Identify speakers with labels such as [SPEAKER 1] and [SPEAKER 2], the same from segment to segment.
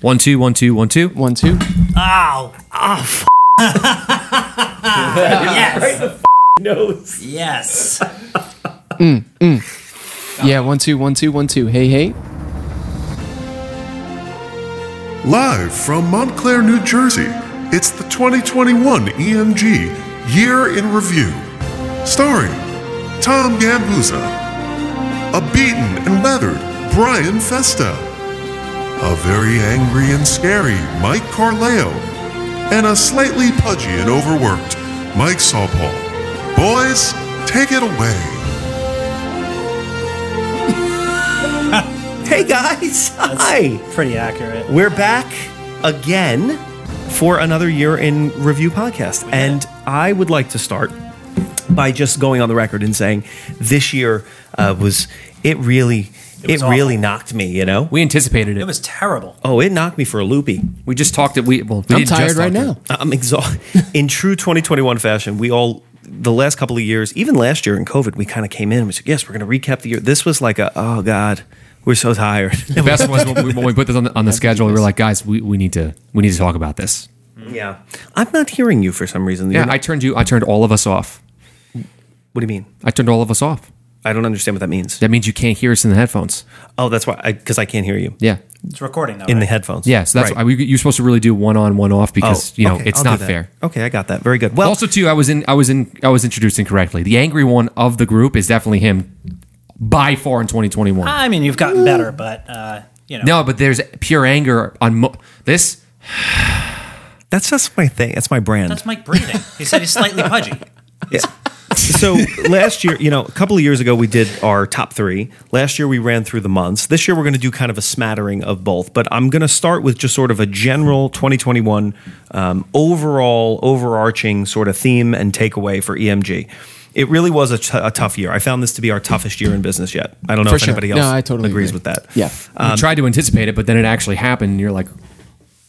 [SPEAKER 1] One, two, one, two, one, two.
[SPEAKER 2] One, two.
[SPEAKER 3] Ow. Oh, f- yes.
[SPEAKER 4] Nose.
[SPEAKER 3] Yes.
[SPEAKER 2] Yeah, one, two, one, two, one, two. Hey, hey.
[SPEAKER 5] Live from Montclair, New Jersey, it's the 2021 EMG Year in Review. Starring Tom Gambusa, a beaten and leathered Brian Festa, a very angry and scary Mike Corleo, and a slightly pudgy and overworked Mike Sawpaul. Boys, take it away.
[SPEAKER 4] Hey guys. Hi.
[SPEAKER 3] Pretty accurate.
[SPEAKER 4] We're back again for another year in review podcast. And I would like to start by just going on the record and saying this year uh, was it really it,
[SPEAKER 3] was awful.
[SPEAKER 4] really knocked me, you know?
[SPEAKER 1] We anticipated it.
[SPEAKER 3] It was terrible.
[SPEAKER 4] Oh, it knocked me for a loopy.
[SPEAKER 1] we just talked it. We well, we
[SPEAKER 2] I'm
[SPEAKER 1] didn't
[SPEAKER 2] tired
[SPEAKER 1] just
[SPEAKER 2] right
[SPEAKER 1] talk
[SPEAKER 2] now.
[SPEAKER 1] it.
[SPEAKER 4] Uh, I'm exhausted. in true 2021 fashion, we all the last couple of years, even last year in COVID, we kind of came in and we said, "Yes, we're going to recap the year." This was like a, "Oh God, we're so tired."
[SPEAKER 1] The best was when we, when we put this on the, on the schedule. We were like, guys, we, we need to we need to talk about this.
[SPEAKER 4] yeah, I'm not hearing you for some reason. You're
[SPEAKER 1] Yeah,
[SPEAKER 4] not-
[SPEAKER 1] I turned you. I turned all of us off.
[SPEAKER 4] what do you mean?
[SPEAKER 1] I turned all of us off.
[SPEAKER 4] I don't understand what that means.
[SPEAKER 1] That means you can't hear us in the headphones.
[SPEAKER 4] Oh, that's why, because I, can't hear you
[SPEAKER 1] Yeah,
[SPEAKER 3] It's recording now.
[SPEAKER 4] in the
[SPEAKER 3] right?
[SPEAKER 4] headphones.
[SPEAKER 1] yeah. So that's
[SPEAKER 4] Right.
[SPEAKER 1] why we, you're supposed to really do one on, one off
[SPEAKER 4] Oh,
[SPEAKER 1] because you know
[SPEAKER 4] okay,
[SPEAKER 1] it's
[SPEAKER 4] I'll do
[SPEAKER 1] not
[SPEAKER 4] that.
[SPEAKER 1] fair.
[SPEAKER 4] Okay, I got that. Very good. Well,
[SPEAKER 1] Also, too, I was in, I was in, I was introduced incorrectly. The angry one of the group is definitely him, by far in 2021.
[SPEAKER 4] Ah.
[SPEAKER 3] I mean, you've gotten better, but uh, you know.
[SPEAKER 1] no, but there's pure anger on mo- this.
[SPEAKER 4] that's just my thing. That's my brand.
[SPEAKER 3] That's Mike breathing. He said he's slightly pudgy.
[SPEAKER 4] so last year, you know, a couple of years ago, we did our top three. Last year, we ran through the months. This year, we're going to do kind of a smattering of both. But I'm going to start with just sort of a general 2021 um, overall, overarching sort of theme and takeaway for EMG. It really was a t- a tough year. I found this to be our toughest year in business yet. I don't know
[SPEAKER 2] For
[SPEAKER 4] if
[SPEAKER 2] sure.
[SPEAKER 4] anybody else
[SPEAKER 2] No, I totally
[SPEAKER 4] agrees
[SPEAKER 2] agree.
[SPEAKER 4] with that.
[SPEAKER 2] Yeah.
[SPEAKER 4] Um,
[SPEAKER 1] you tried to anticipate it, but then it actually happened. And you're like, it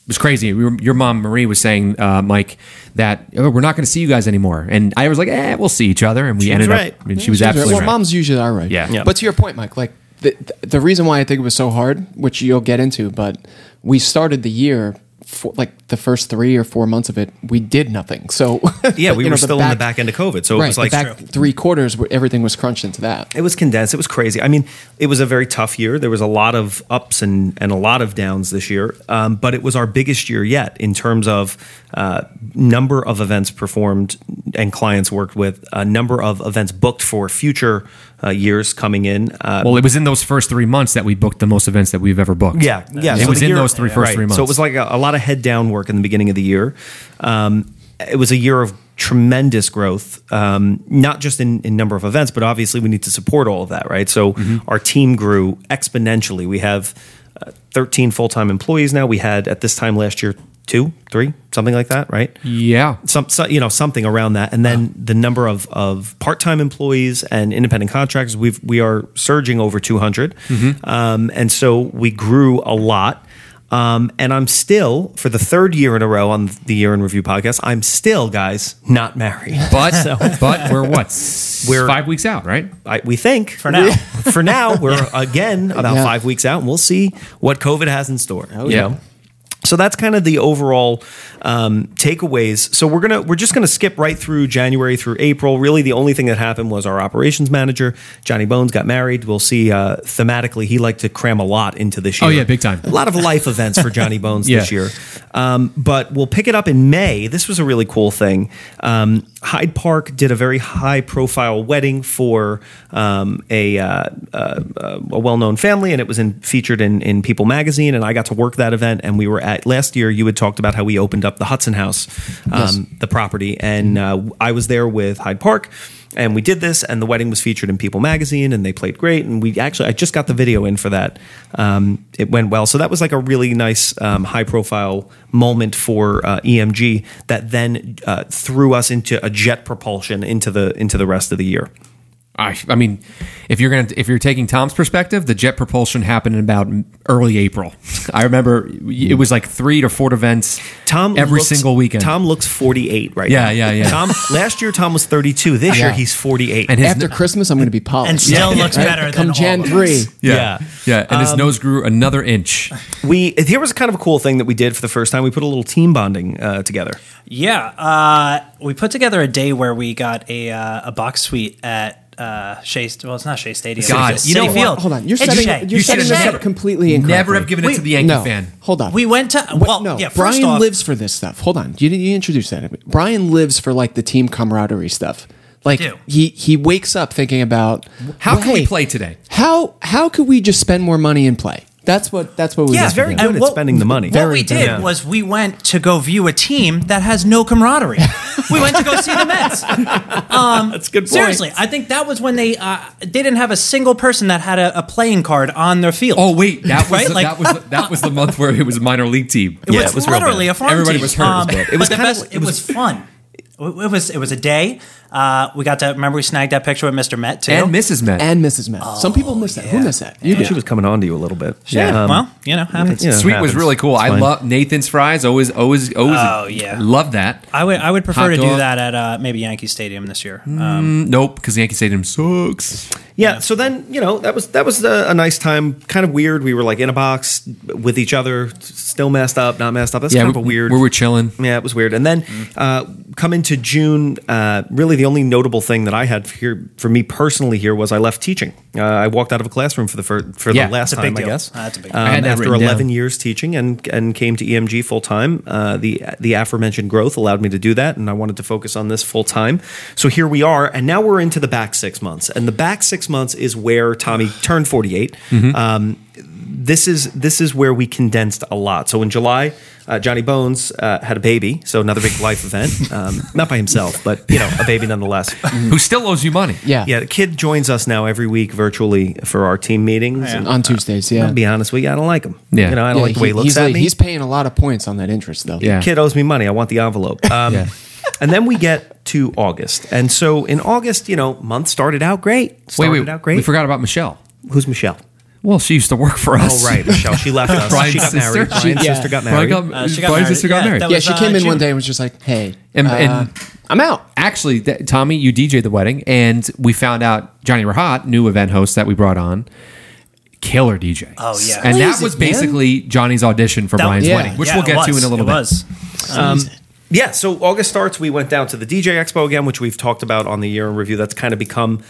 [SPEAKER 1] was crazy. We were, your mom Marie was saying, uh, Mike, that oh, we're not going to see you guys anymore, and I was like, eh, we'll see each other, and we
[SPEAKER 4] She was
[SPEAKER 1] ended
[SPEAKER 4] right.
[SPEAKER 1] up. And she was absolutely
[SPEAKER 2] well,
[SPEAKER 1] right.
[SPEAKER 2] moms usually are right.
[SPEAKER 1] Yeah. Yeah.
[SPEAKER 2] But to your point, Mike, like the, the reason why I think it was so hard, which you'll get into, but we started the year for like the first three or four months of it, we did nothing. So
[SPEAKER 4] Yeah,
[SPEAKER 2] you
[SPEAKER 4] we were
[SPEAKER 2] know,
[SPEAKER 4] still in the back end of COVID. So it
[SPEAKER 2] right,
[SPEAKER 4] was
[SPEAKER 2] the
[SPEAKER 4] like
[SPEAKER 2] back three quarters, where everything was crunched into that.
[SPEAKER 4] It was condensed. It was crazy. I mean, it was a very tough year. There was a lot of ups and, and a lot of downs this year, um, but it was our biggest year yet in terms of uh, number of events performed and clients worked with, a number of events booked for future uh, years coming in. Uh,
[SPEAKER 1] Well, it was in those first three months that we booked the most events that we've ever booked.
[SPEAKER 4] yeah, yeah.
[SPEAKER 1] It
[SPEAKER 4] So
[SPEAKER 1] was
[SPEAKER 4] the
[SPEAKER 1] in
[SPEAKER 4] year-
[SPEAKER 1] those three first
[SPEAKER 4] right.
[SPEAKER 1] three months.
[SPEAKER 4] So it was like a, a lot of head down work in the beginning of the year. Um, it was a year of tremendous growth, um, not just in, in number of events, but obviously we need to support all of that, right? So
[SPEAKER 1] Mm-hmm.
[SPEAKER 4] our team grew exponentially. We have uh, 13 full time employees now. We had at this time last year two, three, something like that, right?
[SPEAKER 1] yeah.
[SPEAKER 4] some, so- you know something around that and then the number of, of part-time employees and independent contractors we've we are surging over 200 um, and so we grew a lot um, and I'm still for the third year in a row on the year in review podcast I'm still guys not married
[SPEAKER 1] But but we're what?
[SPEAKER 4] We're-
[SPEAKER 1] We're five weeks out, right?
[SPEAKER 4] I, we think
[SPEAKER 3] For now.
[SPEAKER 4] for now we're again about
[SPEAKER 2] Yeah.
[SPEAKER 4] five weeks out and we'll see what COVID has in store oh,
[SPEAKER 1] yeah.
[SPEAKER 4] So that's kind of the overall um, takeaways. So we're gonna we're just gonna skip right through January through April. Really, the only thing that happened was our operations manager Johnny Bones got married. We'll see. Uh, thematically, he liked to cram a lot into this
[SPEAKER 1] Oh,
[SPEAKER 4] year.
[SPEAKER 1] yeah, big time.
[SPEAKER 4] A lot of life events for Johnny Bones this
[SPEAKER 1] Yeah.
[SPEAKER 4] year. Um, but we'll pick it up in May. This was a really cool thing. Um, Hyde Park did a very high profile wedding for um, a, uh, uh, a well known family, and it was in, featured in, in People magazine. And I got to work that event. And we were at last year, you had talked about how we opened up the Hudson House, um, the property. And uh, I was there with Hyde Park. And we did this, and the wedding was featured in People magazine, and they played great. And we actually, I just got the video in for that. Um, it went well, so that was like a really nice, um, high-profile moment for uh, EMG that then uh, threw us into a jet propulsion into the into the rest of the year.
[SPEAKER 1] I, I mean, if you're gonna if you're taking Tom's perspective, the jet propulsion happened in about early April. I remember it was like three to four events.
[SPEAKER 4] Tom
[SPEAKER 1] every
[SPEAKER 4] looks-
[SPEAKER 1] single weekend.
[SPEAKER 4] Tom looks 48 right
[SPEAKER 1] Yeah,
[SPEAKER 4] now.
[SPEAKER 1] yeah, yeah.
[SPEAKER 4] Tom last year Tom was 32. This year he's 48.
[SPEAKER 1] and his
[SPEAKER 2] After Christmas, I'm going to be polished.
[SPEAKER 3] And still
[SPEAKER 2] Yeah.
[SPEAKER 3] looks better
[SPEAKER 2] Come
[SPEAKER 3] than
[SPEAKER 2] Jan
[SPEAKER 3] all of
[SPEAKER 2] three.
[SPEAKER 3] us.
[SPEAKER 1] yeah, yeah, and
[SPEAKER 4] Um,
[SPEAKER 1] his nose grew another inch.
[SPEAKER 4] we here was kind of a cool thing that we did for the first time. We put a little team bonding uh, together.
[SPEAKER 3] Yeah, uh, we put together a day where we got a uh, a box suite at uh, Shea. Well, it's not Shea Stadium.
[SPEAKER 1] God,
[SPEAKER 3] It's
[SPEAKER 1] you
[SPEAKER 3] City
[SPEAKER 1] know what?
[SPEAKER 3] Field.
[SPEAKER 2] Hold on, you're
[SPEAKER 3] It's
[SPEAKER 2] setting,
[SPEAKER 3] Shea.
[SPEAKER 2] you're
[SPEAKER 1] You
[SPEAKER 2] setting
[SPEAKER 1] should
[SPEAKER 2] this
[SPEAKER 1] have
[SPEAKER 2] up
[SPEAKER 1] never-
[SPEAKER 2] completely incorrectly.
[SPEAKER 1] Never have given it
[SPEAKER 3] We-
[SPEAKER 1] to the Yankee
[SPEAKER 2] no,
[SPEAKER 1] fan.
[SPEAKER 2] Hold on.
[SPEAKER 3] We went to-
[SPEAKER 2] What-
[SPEAKER 3] well,
[SPEAKER 2] no,
[SPEAKER 3] yeah, first
[SPEAKER 2] Brian
[SPEAKER 3] off-
[SPEAKER 2] lives for this stuff. Hold on. You, you introduced that. Brian lives for like the team camaraderie stuff. Like
[SPEAKER 3] do.
[SPEAKER 2] he he wakes up thinking about
[SPEAKER 1] How
[SPEAKER 2] well,
[SPEAKER 1] can we
[SPEAKER 2] hey,
[SPEAKER 1] play today?
[SPEAKER 2] How how could we just spend more money and play? That's what that's what we.
[SPEAKER 3] Yeah,
[SPEAKER 2] live
[SPEAKER 4] He's
[SPEAKER 2] for
[SPEAKER 4] very
[SPEAKER 2] here.
[SPEAKER 4] good at
[SPEAKER 3] what-
[SPEAKER 4] spending the money.
[SPEAKER 3] What we did
[SPEAKER 4] Yeah.
[SPEAKER 3] was we went to go view a team that has no camaraderie. we went to go see the Mets.
[SPEAKER 4] That's a good. Point.
[SPEAKER 3] Seriously, I think that was when they uh, they didn't have a single person that had a, a playing card on their field.
[SPEAKER 1] Oh wait, that was
[SPEAKER 3] Right?
[SPEAKER 1] the,
[SPEAKER 3] Like-
[SPEAKER 1] that was the, that was the month where it was a minor league team.
[SPEAKER 3] it
[SPEAKER 4] yeah,
[SPEAKER 3] was,
[SPEAKER 4] it was real
[SPEAKER 3] literally
[SPEAKER 4] bad.
[SPEAKER 3] a farm
[SPEAKER 1] Everybody
[SPEAKER 3] team.
[SPEAKER 1] was hurt, it was bad. It
[SPEAKER 3] but
[SPEAKER 4] was
[SPEAKER 3] the
[SPEAKER 4] kind of
[SPEAKER 3] best-
[SPEAKER 4] like-
[SPEAKER 3] it was fun. It it was it was a day. Uh, we got to remember we snagged that picture with Mr. Met too.
[SPEAKER 1] and Mrs. Met.
[SPEAKER 2] And Mrs. Met. Some people miss that. Who missed that? You
[SPEAKER 4] She was coming on to you a little bit.
[SPEAKER 3] Yeah,
[SPEAKER 4] Um,
[SPEAKER 3] well, you know, happens.
[SPEAKER 4] you know,
[SPEAKER 1] Sweet
[SPEAKER 4] happens.
[SPEAKER 1] was really cool.
[SPEAKER 4] It's
[SPEAKER 1] I
[SPEAKER 4] fine.
[SPEAKER 1] love Nathan's fries. Always, always, always.
[SPEAKER 3] Oh, yeah.
[SPEAKER 1] love that.
[SPEAKER 3] I would I would prefer
[SPEAKER 1] Hot
[SPEAKER 3] to do
[SPEAKER 1] dog. Mm.
[SPEAKER 3] that at uh, maybe Yankee Stadium this year. Um,
[SPEAKER 1] Nope, because Yankee Stadium sucks.
[SPEAKER 4] Yeah. So then, you know, that was that was a, a nice time. Kind of weird. We were like in a box with each other, still messed up, not messed up. That's kind of a weird.
[SPEAKER 1] We were chilling.
[SPEAKER 4] yeah, it was weird. And then
[SPEAKER 1] Mm-hmm.
[SPEAKER 4] uh, come into June, uh, really the only notable thing that I had here for me personally here was I left teaching. Uh, I walked out of a classroom for the fir- for
[SPEAKER 1] Yeah,
[SPEAKER 4] the last
[SPEAKER 1] it's a
[SPEAKER 4] time,
[SPEAKER 3] big
[SPEAKER 4] I
[SPEAKER 3] deal.
[SPEAKER 4] guess.
[SPEAKER 3] Uh, that's a big deal.
[SPEAKER 4] um,
[SPEAKER 1] I had that
[SPEAKER 4] after
[SPEAKER 1] written down.
[SPEAKER 4] 11 years teaching and and came to E EMG full time. Uh, the the aforementioned growth allowed me to do that, and I wanted to focus on this full time. So here we are, and now we're into the back six months, and the back six months is where Tommy turned 48.
[SPEAKER 1] Mm-hmm.
[SPEAKER 4] Um, this is this is where we condensed a lot. So in July, uh, Johnny Bones uh, had a baby, so another big life event. Um, not by himself, but you know, a baby nonetheless.
[SPEAKER 1] Who still owes you money?
[SPEAKER 2] yeah.
[SPEAKER 4] Yeah, the kid joins us now every week virtually for our team meetings. And
[SPEAKER 2] On Tuesdays, yeah.
[SPEAKER 4] I'll be honest with you, I don't like him.
[SPEAKER 1] Yeah.
[SPEAKER 4] you know, I don't
[SPEAKER 2] Yeah,
[SPEAKER 4] like the way he looks
[SPEAKER 2] he's,
[SPEAKER 4] at
[SPEAKER 2] like-
[SPEAKER 4] me.
[SPEAKER 2] he's paying a lot of points on that interest though.
[SPEAKER 1] Yeah.
[SPEAKER 4] Kid owes me money. I want the envelope. Um,
[SPEAKER 1] Yeah.
[SPEAKER 4] And then we get to August, and so in August, you know, month started out great.
[SPEAKER 1] Wait,
[SPEAKER 4] Started
[SPEAKER 1] wait.
[SPEAKER 4] out great.
[SPEAKER 1] We forgot about Michelle.
[SPEAKER 4] Who's Michelle?
[SPEAKER 1] Well, she used to work for
[SPEAKER 4] Oh
[SPEAKER 1] us.
[SPEAKER 4] right, Michelle. She left us.
[SPEAKER 1] Brian's
[SPEAKER 4] she got
[SPEAKER 1] sister.
[SPEAKER 4] married.
[SPEAKER 1] She-
[SPEAKER 4] Brian's
[SPEAKER 2] yeah.
[SPEAKER 4] sister got
[SPEAKER 1] Brian
[SPEAKER 4] married.
[SPEAKER 1] got,
[SPEAKER 3] Uh, she got
[SPEAKER 1] Brian's
[SPEAKER 3] married.
[SPEAKER 1] sister got
[SPEAKER 3] Yeah,
[SPEAKER 1] married.
[SPEAKER 3] that
[SPEAKER 2] Yeah,
[SPEAKER 3] was,
[SPEAKER 2] she
[SPEAKER 3] uh,
[SPEAKER 2] came in
[SPEAKER 3] June.
[SPEAKER 2] one day and was just like, "Hey,
[SPEAKER 1] And-
[SPEAKER 2] uh,
[SPEAKER 1] and-
[SPEAKER 2] I'm out."
[SPEAKER 1] actually, th- Tommy, you DJ'd the wedding, and we found out Johnny Rahat, new event host that we brought on, killer DJ.
[SPEAKER 3] Oh, yeah.
[SPEAKER 1] and that
[SPEAKER 2] Squeeze
[SPEAKER 1] was
[SPEAKER 2] it, man.
[SPEAKER 1] basically Johnny's audition for
[SPEAKER 3] That-
[SPEAKER 1] Brian's
[SPEAKER 2] yeah.
[SPEAKER 1] wedding, which
[SPEAKER 3] yeah,
[SPEAKER 1] we'll get
[SPEAKER 3] it
[SPEAKER 1] to
[SPEAKER 3] was.
[SPEAKER 1] in a little
[SPEAKER 3] it
[SPEAKER 1] bit.
[SPEAKER 3] Was.
[SPEAKER 4] Yeah, so August starts. We went down to the DJ Expo again, which we've talked about on the year in review. That's kind of become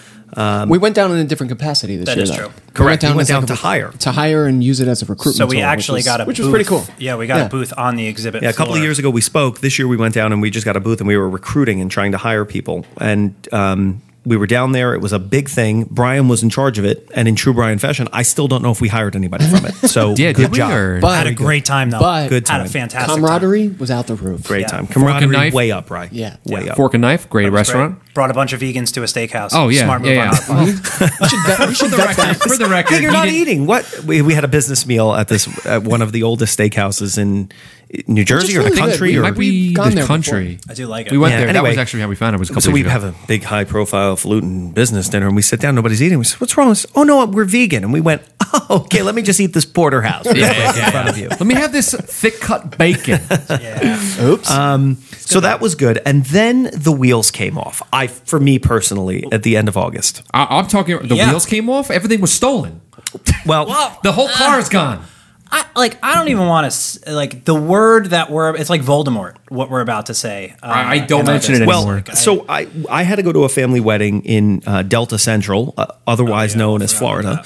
[SPEAKER 2] we went down in a different capacity this
[SPEAKER 3] That
[SPEAKER 2] year.
[SPEAKER 3] is
[SPEAKER 2] though.
[SPEAKER 3] true.
[SPEAKER 4] Correct. We went
[SPEAKER 2] as,
[SPEAKER 4] down
[SPEAKER 2] like,
[SPEAKER 4] to
[SPEAKER 2] a-
[SPEAKER 4] hire.
[SPEAKER 2] to hire and use it as a recruitment.
[SPEAKER 3] So we
[SPEAKER 2] tool, which
[SPEAKER 3] actually
[SPEAKER 2] was-
[SPEAKER 3] got a
[SPEAKER 2] which
[SPEAKER 3] booth.
[SPEAKER 2] was pretty cool.
[SPEAKER 3] Yeah, we got
[SPEAKER 2] Yeah.
[SPEAKER 3] a booth on the exhibit.
[SPEAKER 4] yeah, a couple of
[SPEAKER 3] floor.
[SPEAKER 4] years ago we spoke. This year we went down and we just got a booth and we were recruiting and trying to hire people. And um, we were down there. It was a big thing. Brian was in charge of it. And in true Brian fashion, I still don't know if we hired anybody from it. So
[SPEAKER 1] Yeah,
[SPEAKER 4] good
[SPEAKER 1] did we,
[SPEAKER 4] job.
[SPEAKER 1] or-
[SPEAKER 2] But-
[SPEAKER 3] Had a great time though.
[SPEAKER 2] But-
[SPEAKER 4] Good
[SPEAKER 3] Had
[SPEAKER 4] time.
[SPEAKER 3] a fantastic time.
[SPEAKER 2] Camaraderie was out the roof.
[SPEAKER 4] Great
[SPEAKER 3] Yeah.
[SPEAKER 4] time.
[SPEAKER 1] Fork and
[SPEAKER 4] Camaraderie
[SPEAKER 1] knife.
[SPEAKER 4] way up, right?
[SPEAKER 2] Yeah.
[SPEAKER 4] Way up.
[SPEAKER 1] Fork and Knife, great
[SPEAKER 3] That was great.
[SPEAKER 1] restaurant.
[SPEAKER 3] Brought a bunch of vegans to a steakhouse.
[SPEAKER 1] Oh yeah,
[SPEAKER 3] smart move
[SPEAKER 1] yeah, yeah.
[SPEAKER 3] on our part.
[SPEAKER 2] We should vet- we should vet that.
[SPEAKER 1] for the record,
[SPEAKER 4] Hey, you're
[SPEAKER 1] he
[SPEAKER 4] not
[SPEAKER 1] didn't-
[SPEAKER 4] eating. What? We, we had a business meal at this at one of the oldest steakhouses in New Jersey or the
[SPEAKER 2] really good.
[SPEAKER 4] country.
[SPEAKER 2] We
[SPEAKER 4] or,
[SPEAKER 1] Might be
[SPEAKER 2] We've gone
[SPEAKER 1] the
[SPEAKER 2] there
[SPEAKER 1] country.
[SPEAKER 3] I do like it.
[SPEAKER 1] We went
[SPEAKER 4] Yeah,
[SPEAKER 1] there. that
[SPEAKER 4] anyway.
[SPEAKER 1] was actually how we found it. Was a couple
[SPEAKER 4] so we
[SPEAKER 1] years
[SPEAKER 4] have
[SPEAKER 1] ago.
[SPEAKER 4] a big high profile falutin business dinner and we sit down nobody's eating we said what's wrong I said, oh no we're vegan and we went oh, okay let me just eat this porterhouse
[SPEAKER 1] Yeah, yeah,
[SPEAKER 4] in front of you
[SPEAKER 1] Let me have this thick cut bacon.
[SPEAKER 3] Yeah.
[SPEAKER 2] Oops.
[SPEAKER 4] so that was good and then the wheels came off i for me personally at the end of august
[SPEAKER 1] I, I'm talking. The
[SPEAKER 3] Yeah.
[SPEAKER 1] wheels came off. Everything was stolen.
[SPEAKER 4] well
[SPEAKER 1] The
[SPEAKER 4] Uh,
[SPEAKER 1] whole car is gone.
[SPEAKER 3] uh, I, like I don't even want to like the word that we're it's like Voldemort what we're about to say. Uh,
[SPEAKER 1] I- I don't
[SPEAKER 3] in our
[SPEAKER 1] mention it
[SPEAKER 3] business.
[SPEAKER 1] anymore.
[SPEAKER 4] well, so I I had to go to a family wedding in uh, Delta Central, uh, otherwise
[SPEAKER 3] yeah,
[SPEAKER 4] known
[SPEAKER 3] I
[SPEAKER 4] as
[SPEAKER 3] forgot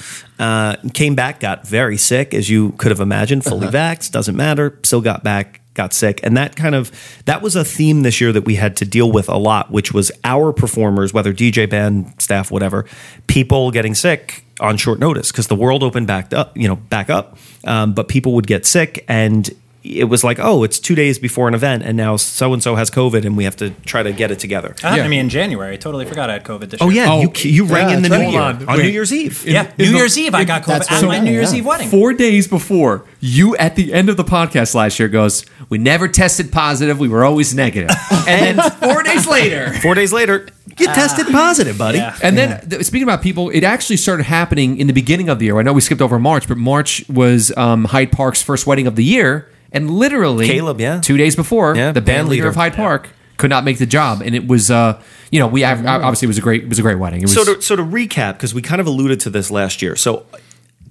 [SPEAKER 4] Florida. Uh, came back, got very sick, as you could have imagined, fully vaxxed, doesn't matter. Still got back, got sick, and that kind of that was a theme this year that we had to deal with a lot, which was our performers, whether DJ band staff, whatever, people getting sick on short notice because the world opened back up, you know, back up, um, but people would get sick and it was like, oh, it's two days before an event, and now so and so has COVID, and we have to try to get it together.
[SPEAKER 3] That happened
[SPEAKER 1] Yeah.
[SPEAKER 3] to me in January. I totally forgot I had COVID this
[SPEAKER 4] Oh
[SPEAKER 3] year.
[SPEAKER 4] yeah,
[SPEAKER 1] Uh, Oh,
[SPEAKER 4] you you rang
[SPEAKER 2] yeah,
[SPEAKER 4] in the
[SPEAKER 2] that's
[SPEAKER 4] new
[SPEAKER 2] right.
[SPEAKER 4] year
[SPEAKER 1] Hold
[SPEAKER 4] on,
[SPEAKER 1] on, wait.
[SPEAKER 4] New Year's Eve.
[SPEAKER 3] Yeah,
[SPEAKER 1] in
[SPEAKER 3] New
[SPEAKER 1] the-
[SPEAKER 3] Year's Eve I
[SPEAKER 1] in-
[SPEAKER 3] got
[SPEAKER 2] that's
[SPEAKER 3] COVID at
[SPEAKER 2] what
[SPEAKER 3] my
[SPEAKER 2] I'm-
[SPEAKER 3] New Year's
[SPEAKER 2] yeah.
[SPEAKER 3] Eve wedding.
[SPEAKER 1] Four days before you, at the end of the podcast last year, goes, "We never tested positive. We were always negative." And then four days later,
[SPEAKER 4] Four days later, Get tested positive, buddy.
[SPEAKER 3] Yeah.
[SPEAKER 1] And then th- speaking about people, it actually started happening in the beginning of the year. I know we skipped over March, but March was um, Hyde Park's first wedding of the year, and literally
[SPEAKER 4] Caleb, yeah.
[SPEAKER 1] two days before,
[SPEAKER 4] Yeah,
[SPEAKER 1] the band
[SPEAKER 4] band
[SPEAKER 1] leader
[SPEAKER 4] leader.
[SPEAKER 1] of Hyde Park could not make the job, and it was uh, you know we have, obviously it was a great it was a great wedding. It was,
[SPEAKER 4] So to, so to recap, because we kind of alluded to this last year. So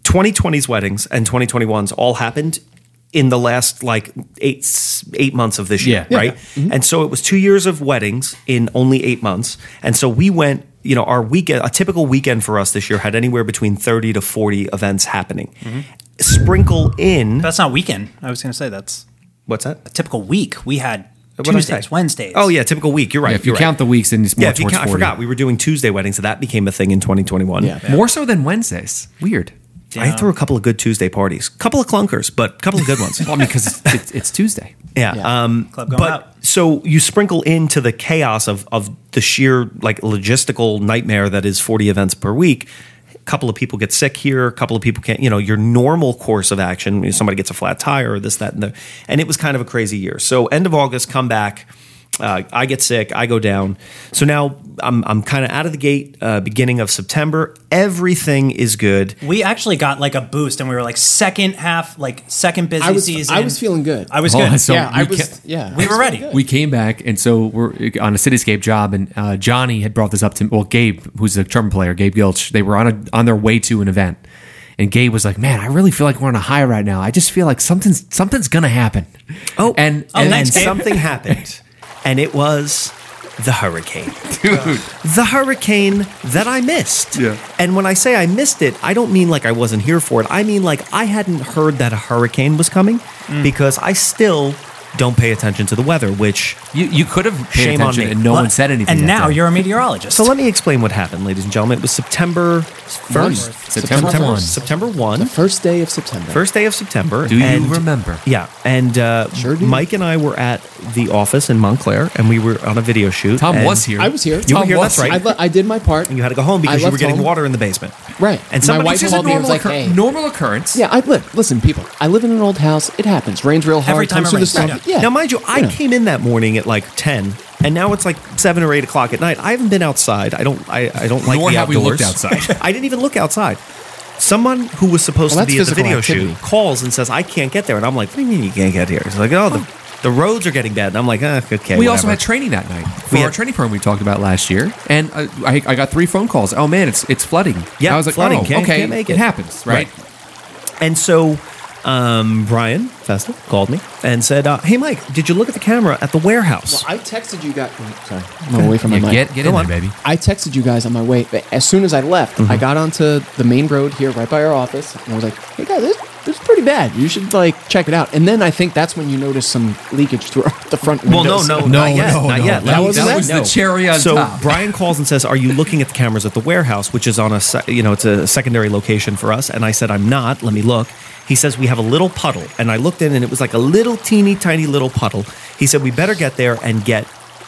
[SPEAKER 4] 2020's weddings and 2021's all happened in the last like eight s- eight months of this year,
[SPEAKER 1] Yeah.
[SPEAKER 4] right? And so it was two years of weddings in only eight months. And so we went, you know, our weekend, a typical weekend for us this year had anywhere between 30 to 40 events happening. Sprinkle in,
[SPEAKER 3] That's not weekend. I was going to say that's
[SPEAKER 4] what's that?
[SPEAKER 3] typical week. We had
[SPEAKER 4] What'd I say?
[SPEAKER 3] Tuesdays, Wednesdays.
[SPEAKER 4] Oh yeah, typical week. You're right.
[SPEAKER 1] yeah, if you
[SPEAKER 4] you're
[SPEAKER 1] count the
[SPEAKER 4] right.
[SPEAKER 1] weeks, then it's more
[SPEAKER 4] yeah, if you
[SPEAKER 1] towards
[SPEAKER 4] count, I
[SPEAKER 1] 40.
[SPEAKER 4] forgot we were doing Tuesday weddings, so that became a thing in 2021.
[SPEAKER 2] Yeah.
[SPEAKER 1] more so than Wednesdays. Weird.
[SPEAKER 4] I threw a couple of good Tuesday parties, couple of clunkers, but couple of good ones.
[SPEAKER 1] Well, I mean, because it's, it's, it's Tuesday.
[SPEAKER 4] yeah.
[SPEAKER 2] Yeah.
[SPEAKER 4] Um,
[SPEAKER 3] Club going
[SPEAKER 4] but
[SPEAKER 3] up.
[SPEAKER 4] so you sprinkle into the chaos of of the sheer like logistical nightmare that is forty events per week. A couple of people get sick here. A couple of people can't. You know, your normal course of action. you know, somebody gets a flat tire or this, that, and the. And it was kind of a crazy year. So end of August, come back. Uh, I get sick. I go down. So now I'm I'm kind of out of the gate. Uh, beginning of September, everything is good.
[SPEAKER 3] We actually got like a boost, and we were like second half, like second busy
[SPEAKER 2] I was-
[SPEAKER 3] season.
[SPEAKER 2] I was feeling good.
[SPEAKER 3] I was
[SPEAKER 1] Oh,
[SPEAKER 3] good.
[SPEAKER 1] so
[SPEAKER 2] yeah,
[SPEAKER 1] we
[SPEAKER 2] I was.
[SPEAKER 1] can't-
[SPEAKER 2] yeah,
[SPEAKER 3] we
[SPEAKER 2] I
[SPEAKER 3] were
[SPEAKER 2] was
[SPEAKER 3] ready.
[SPEAKER 1] We came back, and so we're uh, on a Cityscape job, and uh, Johnny had brought this up to well, Gabe, who's a trumpet player, Gabe Gilch. They were on a, on their way to an event, and Gabe was like, "Man, I really feel like we're on a high right now. I just feel like something's something's gonna happen."
[SPEAKER 4] Oh,
[SPEAKER 1] and
[SPEAKER 3] Oh,
[SPEAKER 1] and,
[SPEAKER 4] and
[SPEAKER 3] nice. Gabe.
[SPEAKER 4] something happened, and it was the hurricane. The hurricane that I missed.
[SPEAKER 5] Yeah.
[SPEAKER 4] And when I say I missed it, I don't mean like I wasn't here for it. I mean like I hadn't heard that a hurricane was coming because I still don't pay attention to the weather, which
[SPEAKER 1] you you could have paid
[SPEAKER 4] Shame on
[SPEAKER 1] attention,
[SPEAKER 4] me.
[SPEAKER 1] and no
[SPEAKER 3] Well,
[SPEAKER 1] one said anything.
[SPEAKER 3] And
[SPEAKER 1] that
[SPEAKER 3] now
[SPEAKER 1] day.
[SPEAKER 3] you're a meteorologist.
[SPEAKER 4] so let me explain what happened, ladies and gentlemen. It was September 1st.
[SPEAKER 1] September
[SPEAKER 2] September
[SPEAKER 1] one.
[SPEAKER 2] first.
[SPEAKER 4] September 1.
[SPEAKER 2] The first day of September.
[SPEAKER 4] First day of September.
[SPEAKER 1] Do you remember?
[SPEAKER 4] Yeah. And uh,
[SPEAKER 2] Sure do.
[SPEAKER 4] Mike and I were at the office in Montclair and we were on a video shoot.
[SPEAKER 1] Tom
[SPEAKER 4] and-
[SPEAKER 1] was here.
[SPEAKER 2] I was here.
[SPEAKER 4] You were
[SPEAKER 1] Tom
[SPEAKER 4] here,
[SPEAKER 1] was
[SPEAKER 4] that's right.
[SPEAKER 2] I, le- I did my part.
[SPEAKER 4] And you had to go home because
[SPEAKER 2] I
[SPEAKER 4] you were
[SPEAKER 2] left
[SPEAKER 4] getting
[SPEAKER 2] home.
[SPEAKER 4] water in the basement.
[SPEAKER 2] Right.
[SPEAKER 4] And
[SPEAKER 2] My
[SPEAKER 4] somebody
[SPEAKER 2] wife
[SPEAKER 1] Which is
[SPEAKER 4] just
[SPEAKER 1] a
[SPEAKER 2] called me and
[SPEAKER 1] normal,
[SPEAKER 2] was like,
[SPEAKER 1] occur-
[SPEAKER 2] "Hey."
[SPEAKER 1] normal occurrence.
[SPEAKER 2] Yeah, I live. Listen, people. I live in an old house. It happens. Rains real hard.
[SPEAKER 3] Every time
[SPEAKER 2] comes
[SPEAKER 3] it
[SPEAKER 2] through the
[SPEAKER 3] rains,
[SPEAKER 2] stuff.
[SPEAKER 3] yeah.
[SPEAKER 2] Yeah.
[SPEAKER 4] Now, mind you, I
[SPEAKER 2] Yeah.
[SPEAKER 4] came in that morning at like ten, and now it's like seven or eight o'clock at night. I haven't been outside. I don't. I, I don't like
[SPEAKER 1] Nor
[SPEAKER 4] the
[SPEAKER 1] have we
[SPEAKER 4] outdoors.
[SPEAKER 1] looked outside.
[SPEAKER 4] I didn't even look outside. Someone who was supposed
[SPEAKER 2] Well,
[SPEAKER 4] to
[SPEAKER 2] that's
[SPEAKER 4] be at the
[SPEAKER 2] physical
[SPEAKER 4] video
[SPEAKER 2] activity.
[SPEAKER 4] shoot calls and says, "I can't get there," and I'm like, "What do you mean you can't get here?" He's like, "Oh, the, the roads are getting bad," and I'm like, "Uh, okay."
[SPEAKER 1] We also
[SPEAKER 4] whatever."
[SPEAKER 1] had training that night for
[SPEAKER 4] We
[SPEAKER 1] our
[SPEAKER 4] had-
[SPEAKER 1] training program we talked about last year, and uh, I, I got three phone calls. Oh man, it's it's flooding.
[SPEAKER 4] Yeah,
[SPEAKER 1] I was like,
[SPEAKER 4] flooding.
[SPEAKER 1] oh,
[SPEAKER 4] Can't-
[SPEAKER 1] okay,
[SPEAKER 4] can't make it.
[SPEAKER 1] happens, right?
[SPEAKER 4] Right. And so um, Brian Festa called me and said, uh, "Hey, Mike, did you look at the camera at the warehouse?"
[SPEAKER 2] I texted you guys. Sorry, I'm away from my
[SPEAKER 1] Yeah,
[SPEAKER 2] mic.
[SPEAKER 1] get get
[SPEAKER 4] Go
[SPEAKER 1] in
[SPEAKER 4] on.
[SPEAKER 1] there, baby.
[SPEAKER 2] I texted you guys on my way. As soon as I left, I got onto the main road here, right by our office, and I was like, "Hey guys, this, this is pretty bad. You should like check it out." And then I think that's when you notice some leakage through the front window.
[SPEAKER 4] Well, no, no,
[SPEAKER 1] No,
[SPEAKER 4] not yet,
[SPEAKER 1] no,
[SPEAKER 4] not
[SPEAKER 1] no.
[SPEAKER 4] yet.
[SPEAKER 1] That
[SPEAKER 4] Let me-
[SPEAKER 2] was-
[SPEAKER 4] let me
[SPEAKER 2] that was
[SPEAKER 1] the
[SPEAKER 4] know.
[SPEAKER 1] cherry on
[SPEAKER 4] so
[SPEAKER 1] top.
[SPEAKER 4] Brian calls and says, "Are you looking at the cameras at the warehouse, which is on a se- you know it's a secondary location for us?" And I said, "I'm not. Let me look." He says, "We have a little puddle," and I looked in, and it was like a little teeny tiny little puddle. He said, "We better get there and get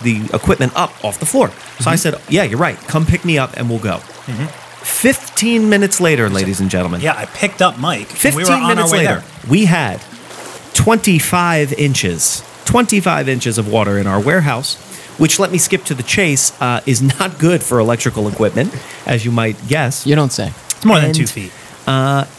[SPEAKER 4] the equipment up off the floor." So
[SPEAKER 1] Mm-hmm.
[SPEAKER 4] I said, "Yeah, you're right. Come pick me up, and we'll go." Fifteen minutes later, ladies and gentlemen.
[SPEAKER 3] yeah, I picked up Mike. and
[SPEAKER 4] 15
[SPEAKER 3] we were on
[SPEAKER 4] minutes
[SPEAKER 3] our way
[SPEAKER 4] later,
[SPEAKER 3] there.
[SPEAKER 4] we had 25 inches, 25 inches of water in our warehouse, which let me skip to the chase, uh, is not good for electrical equipment, as you might guess.
[SPEAKER 2] you don't say.
[SPEAKER 3] It's more than
[SPEAKER 4] And-
[SPEAKER 3] two feet.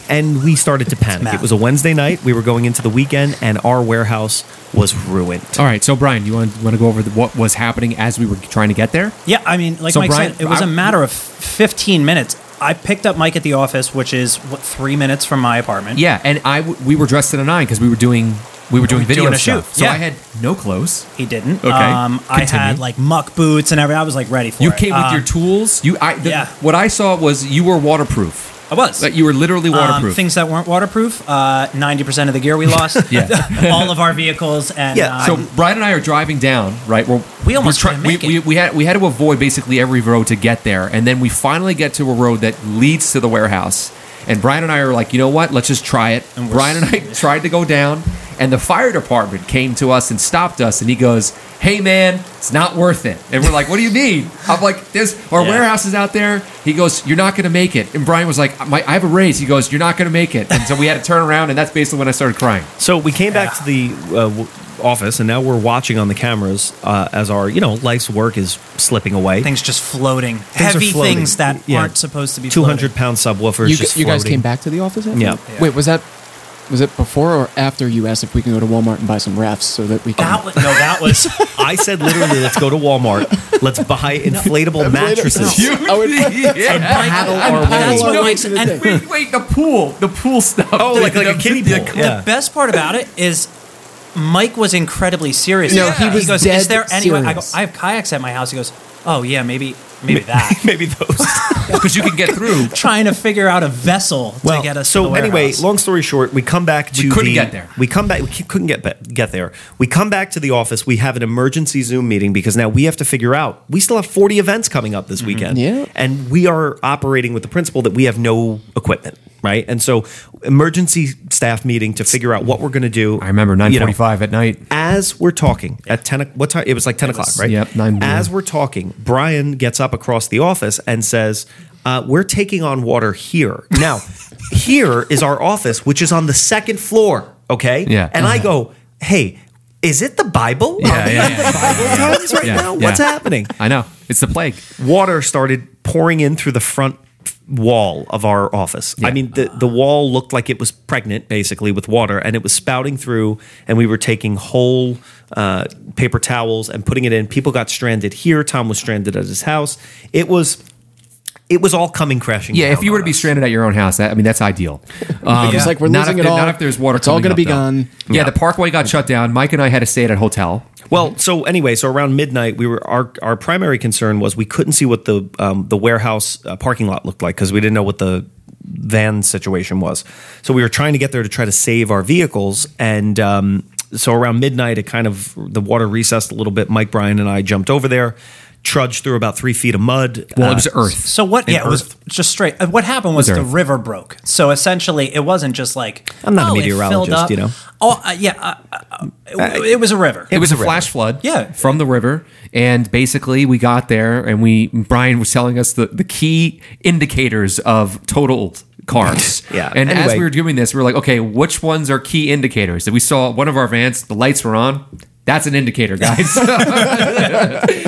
[SPEAKER 4] And we started to panic.
[SPEAKER 3] math.
[SPEAKER 4] It was a Wednesday night. We were going into the weekend, and our warehouse was ruined.
[SPEAKER 1] All right, so Brian, you want want to go over the, what was happening as we were trying to get there?
[SPEAKER 3] Yeah, I mean, like
[SPEAKER 1] So,
[SPEAKER 3] Mike
[SPEAKER 1] Brian,
[SPEAKER 3] said, it was
[SPEAKER 1] I-
[SPEAKER 3] a matter of 15 minutes. I picked up Mike at the office, which is what three minutes from my apartment.
[SPEAKER 1] Yeah, and I w- we were dressed in a nine because we were doing we were doing video
[SPEAKER 3] doing a
[SPEAKER 1] stuff.
[SPEAKER 3] shoot,
[SPEAKER 1] So
[SPEAKER 3] yeah.
[SPEAKER 1] I had no clothes.
[SPEAKER 3] he didn't.
[SPEAKER 1] Okay,
[SPEAKER 3] um, I
[SPEAKER 1] continue.
[SPEAKER 3] had like muck boots and everything. I was like ready for
[SPEAKER 1] You
[SPEAKER 3] it.
[SPEAKER 1] came with
[SPEAKER 3] Um,
[SPEAKER 1] your tools. You, I, the,
[SPEAKER 3] yeah.
[SPEAKER 1] What I saw was you were waterproof.
[SPEAKER 3] I was.
[SPEAKER 1] That you were literally waterproof.
[SPEAKER 3] Um, things that weren't waterproof. uh, Ninety percent of the gear we lost.
[SPEAKER 1] Yeah.
[SPEAKER 3] all of our vehicles and
[SPEAKER 4] Yeah,
[SPEAKER 3] uh,
[SPEAKER 1] So Brian and I are driving down, right? We're,
[SPEAKER 3] We almost
[SPEAKER 1] we're try-
[SPEAKER 3] didn't make
[SPEAKER 1] we, we,
[SPEAKER 3] it.
[SPEAKER 1] we had we had to avoid basically every road to get there, and then we finally get to a road that leads to the warehouse. And Brian and I are like, you know what? Let's just try it.
[SPEAKER 3] And we're
[SPEAKER 1] Brian and I tried to go down, and the fire department came to us and stopped us, and he goes, "Hey man, it's not worth it." And we're like, "What do you mean?" I'm like, "There's our
[SPEAKER 3] Yeah.
[SPEAKER 1] warehouse is out there." He goes, "You're not going to make it." And Brian was like, My, "I have a raise." He goes, "You're not going to make it." And so we had to turn around, and that's basically when I started crying.
[SPEAKER 4] So we came back to the uh, w- office, and now we're watching on the cameras uh, as our you know life's work is slipping away.
[SPEAKER 3] Things just floating.
[SPEAKER 4] are
[SPEAKER 3] Heavy
[SPEAKER 4] floating.
[SPEAKER 3] things that
[SPEAKER 4] Yeah.
[SPEAKER 3] aren't supposed to be
[SPEAKER 4] two hundred
[SPEAKER 3] floating.
[SPEAKER 4] pound subwoofers.
[SPEAKER 2] You,
[SPEAKER 4] just
[SPEAKER 2] you guys
[SPEAKER 4] floating.
[SPEAKER 2] came back to the office? After?
[SPEAKER 4] Yeah.
[SPEAKER 3] Yeah.
[SPEAKER 2] Wait, was that was it before or after you asked if we can go to Walmart and buy some rafts so that we can?
[SPEAKER 3] That was, no, that was
[SPEAKER 4] I said literally, let's go to Walmart. Let's buy inflatable mattresses.
[SPEAKER 2] You- I would-
[SPEAKER 1] paddle
[SPEAKER 2] our way.
[SPEAKER 3] That's what
[SPEAKER 2] No,
[SPEAKER 3] makes it- and
[SPEAKER 1] wait, wait, the pool, the pool stuff.
[SPEAKER 4] Oh, like like a kiddie
[SPEAKER 1] the-
[SPEAKER 4] pool. Yeah.
[SPEAKER 3] best part about it is Mike was incredibly serious.
[SPEAKER 2] No, he was
[SPEAKER 3] goes,
[SPEAKER 2] dead
[SPEAKER 3] Is there any way? I go,
[SPEAKER 2] serious.
[SPEAKER 3] I have kayaks at my house. He goes, Oh yeah, maybe maybe that.
[SPEAKER 4] Maybe those.
[SPEAKER 1] because you can get through.
[SPEAKER 3] Trying to figure out a vessel to get us.
[SPEAKER 4] so
[SPEAKER 3] to the
[SPEAKER 4] anyway,
[SPEAKER 3] warehouse.
[SPEAKER 4] long story short, we come back to
[SPEAKER 1] We couldn't
[SPEAKER 4] the-
[SPEAKER 1] get there.
[SPEAKER 4] We come back. We c- couldn't get ba- get there. We come back to the office. We have an emergency Zoom meeting because now we have to figure out. We still have forty events coming up
[SPEAKER 1] Mm-hmm.
[SPEAKER 4] this weekend.
[SPEAKER 2] Yeah.
[SPEAKER 4] and we are operating with the principle that we have no equipment, right? And so, emergency staff meeting to figure out what we're going to do.
[SPEAKER 1] I remember nine
[SPEAKER 4] you know,
[SPEAKER 1] forty-five at night.
[SPEAKER 4] as we're talking at 10 o- what time it was like 10 o'clock right
[SPEAKER 1] yep, 9 p.m.
[SPEAKER 4] as we're talking brian gets up across the office and says uh, we're taking on water here now here is our office which is on the second floor okay
[SPEAKER 1] Yeah. Uh-huh.
[SPEAKER 4] and i go hey is it the bible
[SPEAKER 1] Yeah,
[SPEAKER 4] Are we
[SPEAKER 1] yeah,
[SPEAKER 4] on
[SPEAKER 1] yeah.
[SPEAKER 4] the bible times right
[SPEAKER 1] Yeah,
[SPEAKER 4] now
[SPEAKER 1] yeah.
[SPEAKER 4] what's happening
[SPEAKER 1] I know it's the plague.
[SPEAKER 4] water started pouring in through the front wall of our office. I mean, the, the wall looked like it was pregnant, basically, with water, and it was spouting through, and we were taking whole uh, paper towels and putting it in. People got stranded here. Tom was stranded at his house. It was. It was all coming crashing.
[SPEAKER 1] Yeah, if
[SPEAKER 4] down
[SPEAKER 1] you were
[SPEAKER 4] on
[SPEAKER 1] to be
[SPEAKER 4] us.
[SPEAKER 1] stranded at your own house, that, I mean that's ideal. Um,
[SPEAKER 2] It's like we're
[SPEAKER 1] not
[SPEAKER 2] losing
[SPEAKER 1] if
[SPEAKER 2] it
[SPEAKER 1] there-
[SPEAKER 2] all.
[SPEAKER 1] Not if there's water.
[SPEAKER 2] It's all
[SPEAKER 1] going to
[SPEAKER 2] be gone.
[SPEAKER 1] Yeah, the Parkway got shut down. Mike and I had to stay at a hotel.
[SPEAKER 4] Well, so anyway, so around midnight, we were our our primary concern was we couldn't see what the um, the warehouse uh, parking lot looked like because we didn't know what the van situation was. So we were trying to get there to try to save our vehicles, and um, so around midnight, it kind of the water recessed a little bit. Mike Bryan and I jumped over there, trudged through about three feet of mud.
[SPEAKER 1] Well,
[SPEAKER 4] Uh,
[SPEAKER 1] it was Earth.
[SPEAKER 3] So what?
[SPEAKER 4] And
[SPEAKER 3] Yeah, it was
[SPEAKER 4] Earth.
[SPEAKER 3] just straight. uh, What happened was
[SPEAKER 1] It was
[SPEAKER 3] the
[SPEAKER 1] Earth.
[SPEAKER 3] river broke. So essentially, it wasn't just like
[SPEAKER 4] I'm not a
[SPEAKER 3] oh, it
[SPEAKER 4] meteorologist,
[SPEAKER 3] filled up.
[SPEAKER 4] you know.
[SPEAKER 3] Oh uh, yeah, uh, uh, uh, it, it was a river.
[SPEAKER 1] It was a
[SPEAKER 4] river.
[SPEAKER 1] flash flood.
[SPEAKER 3] Yeah.
[SPEAKER 1] From the river. And basically we got there and we Brian was telling us the, the key indicators of totaled cars.
[SPEAKER 4] Yeah.
[SPEAKER 1] And as
[SPEAKER 4] Anyway.
[SPEAKER 1] we were doing this, we were like, okay, which ones are key indicators? If we saw one of our vans, the lights were on, that's an indicator, guys.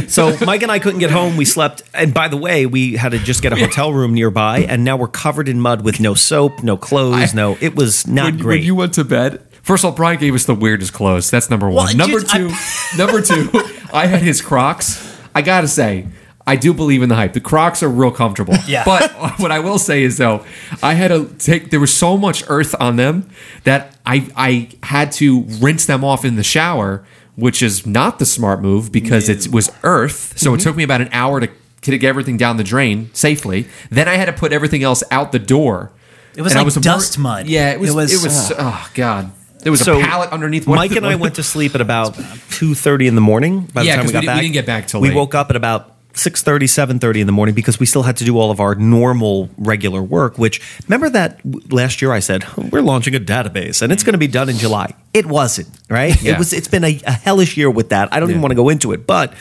[SPEAKER 4] So Mike and I couldn't get home. We slept, and by the way, we had to just get a hotel room nearby, and now we're covered in mud with no soap, no clothes, no. It was not
[SPEAKER 1] when,
[SPEAKER 4] great.
[SPEAKER 1] when you went to bed. First of all, Brian gave us the weirdest clothes. That's number one.
[SPEAKER 3] Well,
[SPEAKER 1] number
[SPEAKER 3] dude,
[SPEAKER 1] two, number two, I had his Crocs. I gotta say, I do believe in the hype. The Crocs are real comfortable.
[SPEAKER 3] Yeah.
[SPEAKER 1] But what I will say is though, I had to take. There was so much earth on them that I I had to rinse them off in the shower, which is not the smart move because it was earth.
[SPEAKER 3] Mm-hmm.
[SPEAKER 1] So it took me about an hour to. To get everything down the drain safely, then I had to put everything else out the door.
[SPEAKER 3] It was
[SPEAKER 1] And I
[SPEAKER 3] like
[SPEAKER 1] wor-
[SPEAKER 3] dust mud.
[SPEAKER 1] Yeah, it was. It
[SPEAKER 3] It
[SPEAKER 1] was.
[SPEAKER 3] was-
[SPEAKER 1] oh god, there was a pallet underneath. one
[SPEAKER 4] Mike
[SPEAKER 1] of
[SPEAKER 4] and
[SPEAKER 1] the-
[SPEAKER 4] I went to sleep at about two thirty in the morning. By the
[SPEAKER 1] Yeah,
[SPEAKER 4] time
[SPEAKER 1] 'cause
[SPEAKER 4] we
[SPEAKER 1] we
[SPEAKER 4] got
[SPEAKER 1] didn't-
[SPEAKER 4] back,
[SPEAKER 1] we didn't get back till
[SPEAKER 4] we
[SPEAKER 1] late.
[SPEAKER 4] woke up at about. 6.30 7.30 in the morning because we still had to do all of our normal regular work which remember that w- last year i said we're launching a database and it's going to be done in july it wasn't right
[SPEAKER 1] Yeah.
[SPEAKER 4] it was it's been a, a hellish year with that i don't even
[SPEAKER 1] Yeah.
[SPEAKER 4] want to go into it but